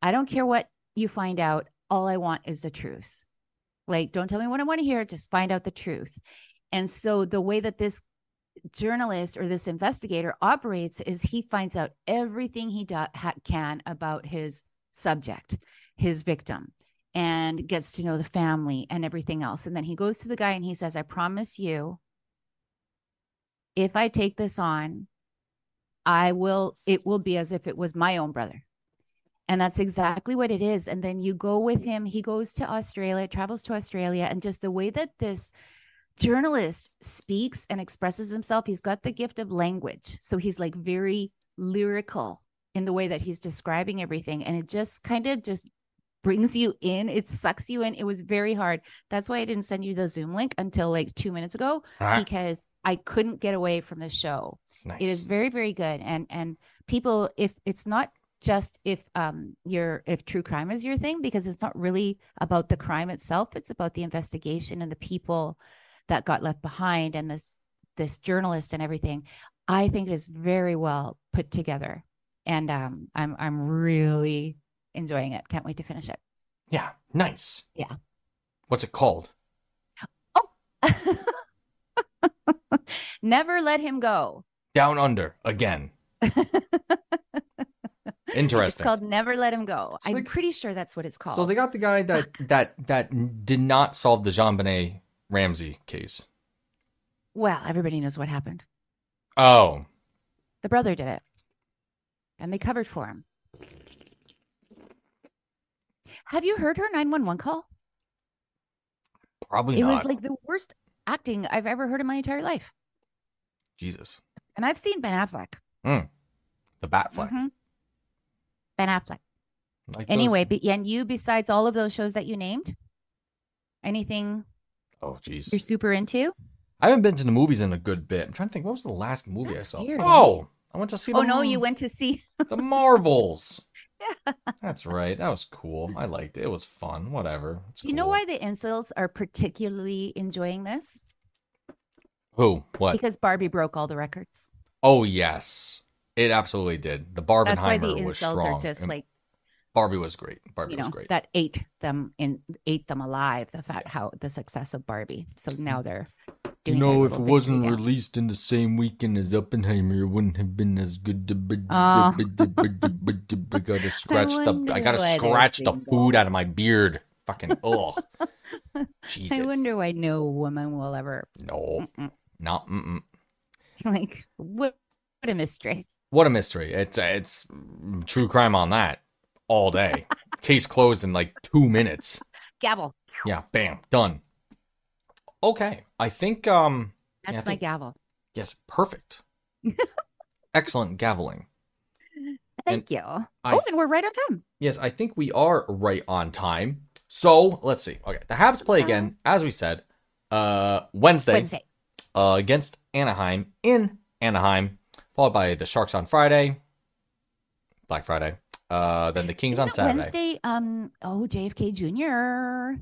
Speaker 2: I don't care what you find out. All I want is the truth. Like, don't tell me what I want to hear. Just find out the truth. And so the way that this journalist or this investigator operates is he finds out everything he do- ha- can about his subject, his victim, and gets to know the family and everything else. And then he goes to the guy and he says, I promise you, if I take this on, I will, it will be as if it was my own brother. And that's exactly what it is. And then you go with him. He goes to Australia, travels to Australia. And just the way that this journalist speaks and expresses himself, he's got the gift of language. So he's like very lyrical in the way that he's describing everything. And it just kind of just brings you in, it sucks you in. It was very hard. That's why I didn't send you the Zoom link until like two minutes ago
Speaker 1: Ah,
Speaker 2: because I couldn't get away from the show
Speaker 1: nice.
Speaker 2: it is very very good and and people if it's not just if um your if true crime is your thing because it's not really about the crime itself it's about the investigation and the people that got left behind and this this journalist and everything i think it is very well put together and um i'm i'm really enjoying it can't wait to finish it
Speaker 1: Yeah, nice.
Speaker 2: Yeah.
Speaker 1: What's it called?
Speaker 2: never let him go
Speaker 1: Down Under again.
Speaker 2: it's
Speaker 1: Interesting.
Speaker 2: called never let him go
Speaker 1: So
Speaker 2: i'm
Speaker 1: they-
Speaker 2: pretty sure that's what it's called
Speaker 1: so they got the guy that that that did not solve the Jean Benet Ramsey case.
Speaker 2: well everybody knows what happened
Speaker 1: Oh,
Speaker 2: The brother did it. And they covered for him. Have you heard her 911 call?
Speaker 1: probably
Speaker 2: it
Speaker 1: not.
Speaker 2: was like the worst acting I've ever heard in my entire life.
Speaker 1: Jesus,
Speaker 2: And I've seen Ben Affleck.
Speaker 1: the Batfleck. flag.
Speaker 2: Mhm. Ben Affleck.
Speaker 1: Like those-
Speaker 2: Anyway, but, and you, besides all of those shows that you named, anything
Speaker 1: oh jeez,
Speaker 2: you're super into?
Speaker 1: I haven't been to the movies in a good bit. I'm trying to think. What was the last movie I
Speaker 2: That's
Speaker 1: saw?
Speaker 2: weird, eh?
Speaker 1: Oh, I went to see.
Speaker 2: Oh,
Speaker 1: the,
Speaker 2: no, you went to see.
Speaker 1: the Marvels. That's right. That was cool. I liked it. It was fun. Whatever. It's
Speaker 2: You know
Speaker 1: cool.
Speaker 2: why the incels are particularly enjoying this?
Speaker 1: Who? What?
Speaker 2: Because Barbie broke all the records.
Speaker 1: Oh yes, it absolutely did. The Barbenheimer
Speaker 2: That's why the
Speaker 1: was
Speaker 2: incels
Speaker 1: strong.
Speaker 2: are just
Speaker 1: and
Speaker 2: like,
Speaker 1: Barbie was great. Barbie
Speaker 2: you know
Speaker 1: was great.
Speaker 2: that ate them in ate them alive the fact how the success of barbie
Speaker 1: Mm.
Speaker 2: so now they're doing their little thing again.
Speaker 1: in the same weekend as Oppenheimer, it wouldn't have been as good. To, I
Speaker 2: Oh.
Speaker 1: gotta scratch the.
Speaker 2: wonder
Speaker 1: I gotta
Speaker 2: why they're
Speaker 1: scratch the
Speaker 2: single.
Speaker 1: food out of my beard. Fucking ugh. Jesus.
Speaker 2: i wonder why no woman will ever
Speaker 1: No,
Speaker 2: Mm-mm.
Speaker 1: not. Mm-mm.
Speaker 2: like what, what a mystery
Speaker 1: What a mystery. It's it's true crime on that all day. Case closed in like two minutes.
Speaker 2: gavel
Speaker 1: Yeah, bam, done. Okay, I think um I
Speaker 2: that's my
Speaker 1: think-
Speaker 2: gavel
Speaker 1: yes, perfect. Excellent gaveling.
Speaker 2: thank you oh
Speaker 1: I
Speaker 2: and we're right on time
Speaker 1: Yes, I think we are right on time. So let's see. Okay, the Habs play again, as we said, uh Wednesday,
Speaker 2: Uh-huh. wednesday
Speaker 1: Uh, against Anaheim in Anaheim, followed by the Sharks on Friday, Black Friday. Uh, then the Kings on
Speaker 2: Isn't
Speaker 1: Saturday.
Speaker 2: wednesday um oh jfk jr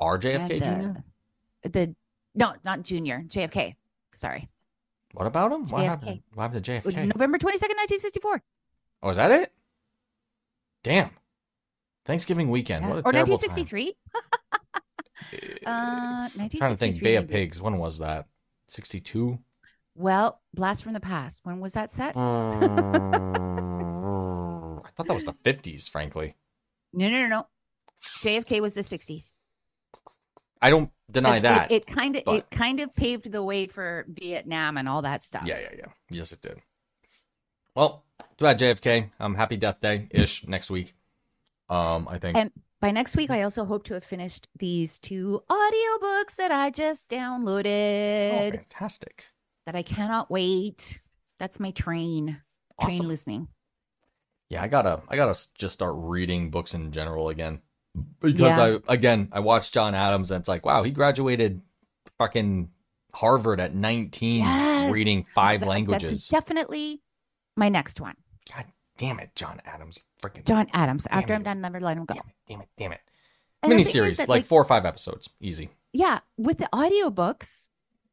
Speaker 1: RJFK
Speaker 2: and,
Speaker 1: Jr.
Speaker 2: uh, the No, not junior. JFK. Sorry.
Speaker 1: What about him? What
Speaker 2: JFK.
Speaker 1: happened? What happened to JFK?
Speaker 2: November 22nd, 1964.
Speaker 1: Oh, is that it? Damn. Thanksgiving weekend.
Speaker 2: Yeah.
Speaker 1: What a
Speaker 2: or
Speaker 1: terrible
Speaker 2: 1963.
Speaker 1: Time.
Speaker 2: Uh,
Speaker 1: I'm trying to think.
Speaker 2: 1963
Speaker 1: Bay of
Speaker 2: maybe.
Speaker 1: Pigs. When was that? 62?
Speaker 2: Well, Blast from the Past. When was that set?
Speaker 1: I thought that was the 50s, frankly.
Speaker 2: No, no, no, no. JFK was the 60s.
Speaker 1: I don't deny
Speaker 2: 'Cause
Speaker 1: that.
Speaker 2: It, it kind of
Speaker 1: but-
Speaker 2: it kind of paved the way for Vietnam and all that stuff.
Speaker 1: yeah, yeah, yeah. Yes, it did. Well, to add JFK, um, happy death day ish next week. Um, I think.
Speaker 2: And- By next week, I also hope to have finished these two audiobooks that I just
Speaker 1: Oh,
Speaker 2: downloaded
Speaker 1: fantastic.
Speaker 2: that I cannot wait. That's my train. Train
Speaker 1: Awesome.
Speaker 2: listening.
Speaker 1: Yeah, I gotta, I gotta s- just start reading books in general again because
Speaker 2: Yeah.
Speaker 1: I, again, I watched John Adams and it's like, wow, he graduated fucking Harvard at nineteen,
Speaker 2: Yes.
Speaker 1: reading five
Speaker 2: Th- That's
Speaker 1: languages.
Speaker 2: definitely my next one.
Speaker 1: Damn it, John Adams, you freaking
Speaker 2: John Adams. After
Speaker 1: Damn
Speaker 2: I'm
Speaker 1: it.
Speaker 2: done, never let him go.
Speaker 1: damn it, damn it, damn it.
Speaker 2: And the
Speaker 1: Mini
Speaker 2: thing is
Speaker 1: series,
Speaker 2: that,
Speaker 1: like, four or five episodes, easy.
Speaker 2: yeah with the audiobooks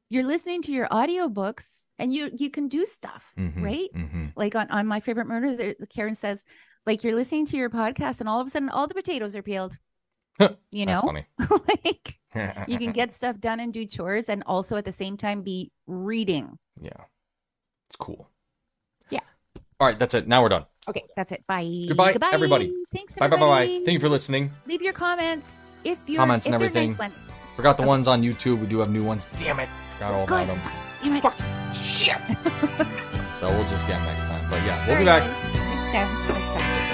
Speaker 2: you're listening to your audiobooks and you you can do stuff
Speaker 1: Mhm,
Speaker 2: right
Speaker 1: mhm.
Speaker 2: like on, on my favorite murder there, karen says like you're listening to your podcast and all of a sudden all the potatoes are peeled you
Speaker 1: That's
Speaker 2: know
Speaker 1: funny.
Speaker 2: like you can get stuff done and do chores and also at the same time be reading
Speaker 1: yeah, it's cool.
Speaker 2: Yeah.
Speaker 1: All right, that's it. Now we're done.
Speaker 2: okay that's it bye
Speaker 1: Goodbye, everybody.
Speaker 2: thanks
Speaker 1: Bye, bye, bye, bye.
Speaker 2: everybody.
Speaker 1: Thank you for listening.
Speaker 2: leave your comments if you're
Speaker 1: Comments
Speaker 2: if
Speaker 1: and
Speaker 2: they're
Speaker 1: everything.
Speaker 2: nice ones.
Speaker 1: Forgot the ones on YouTube. We do have new ones. Damn it, forgot all about
Speaker 2: good
Speaker 1: them.
Speaker 2: damn it
Speaker 1: Shit. so we'll just get 'em next time. But yeah, we'll
Speaker 2: Sorry,
Speaker 1: be back.
Speaker 2: guys. next time next time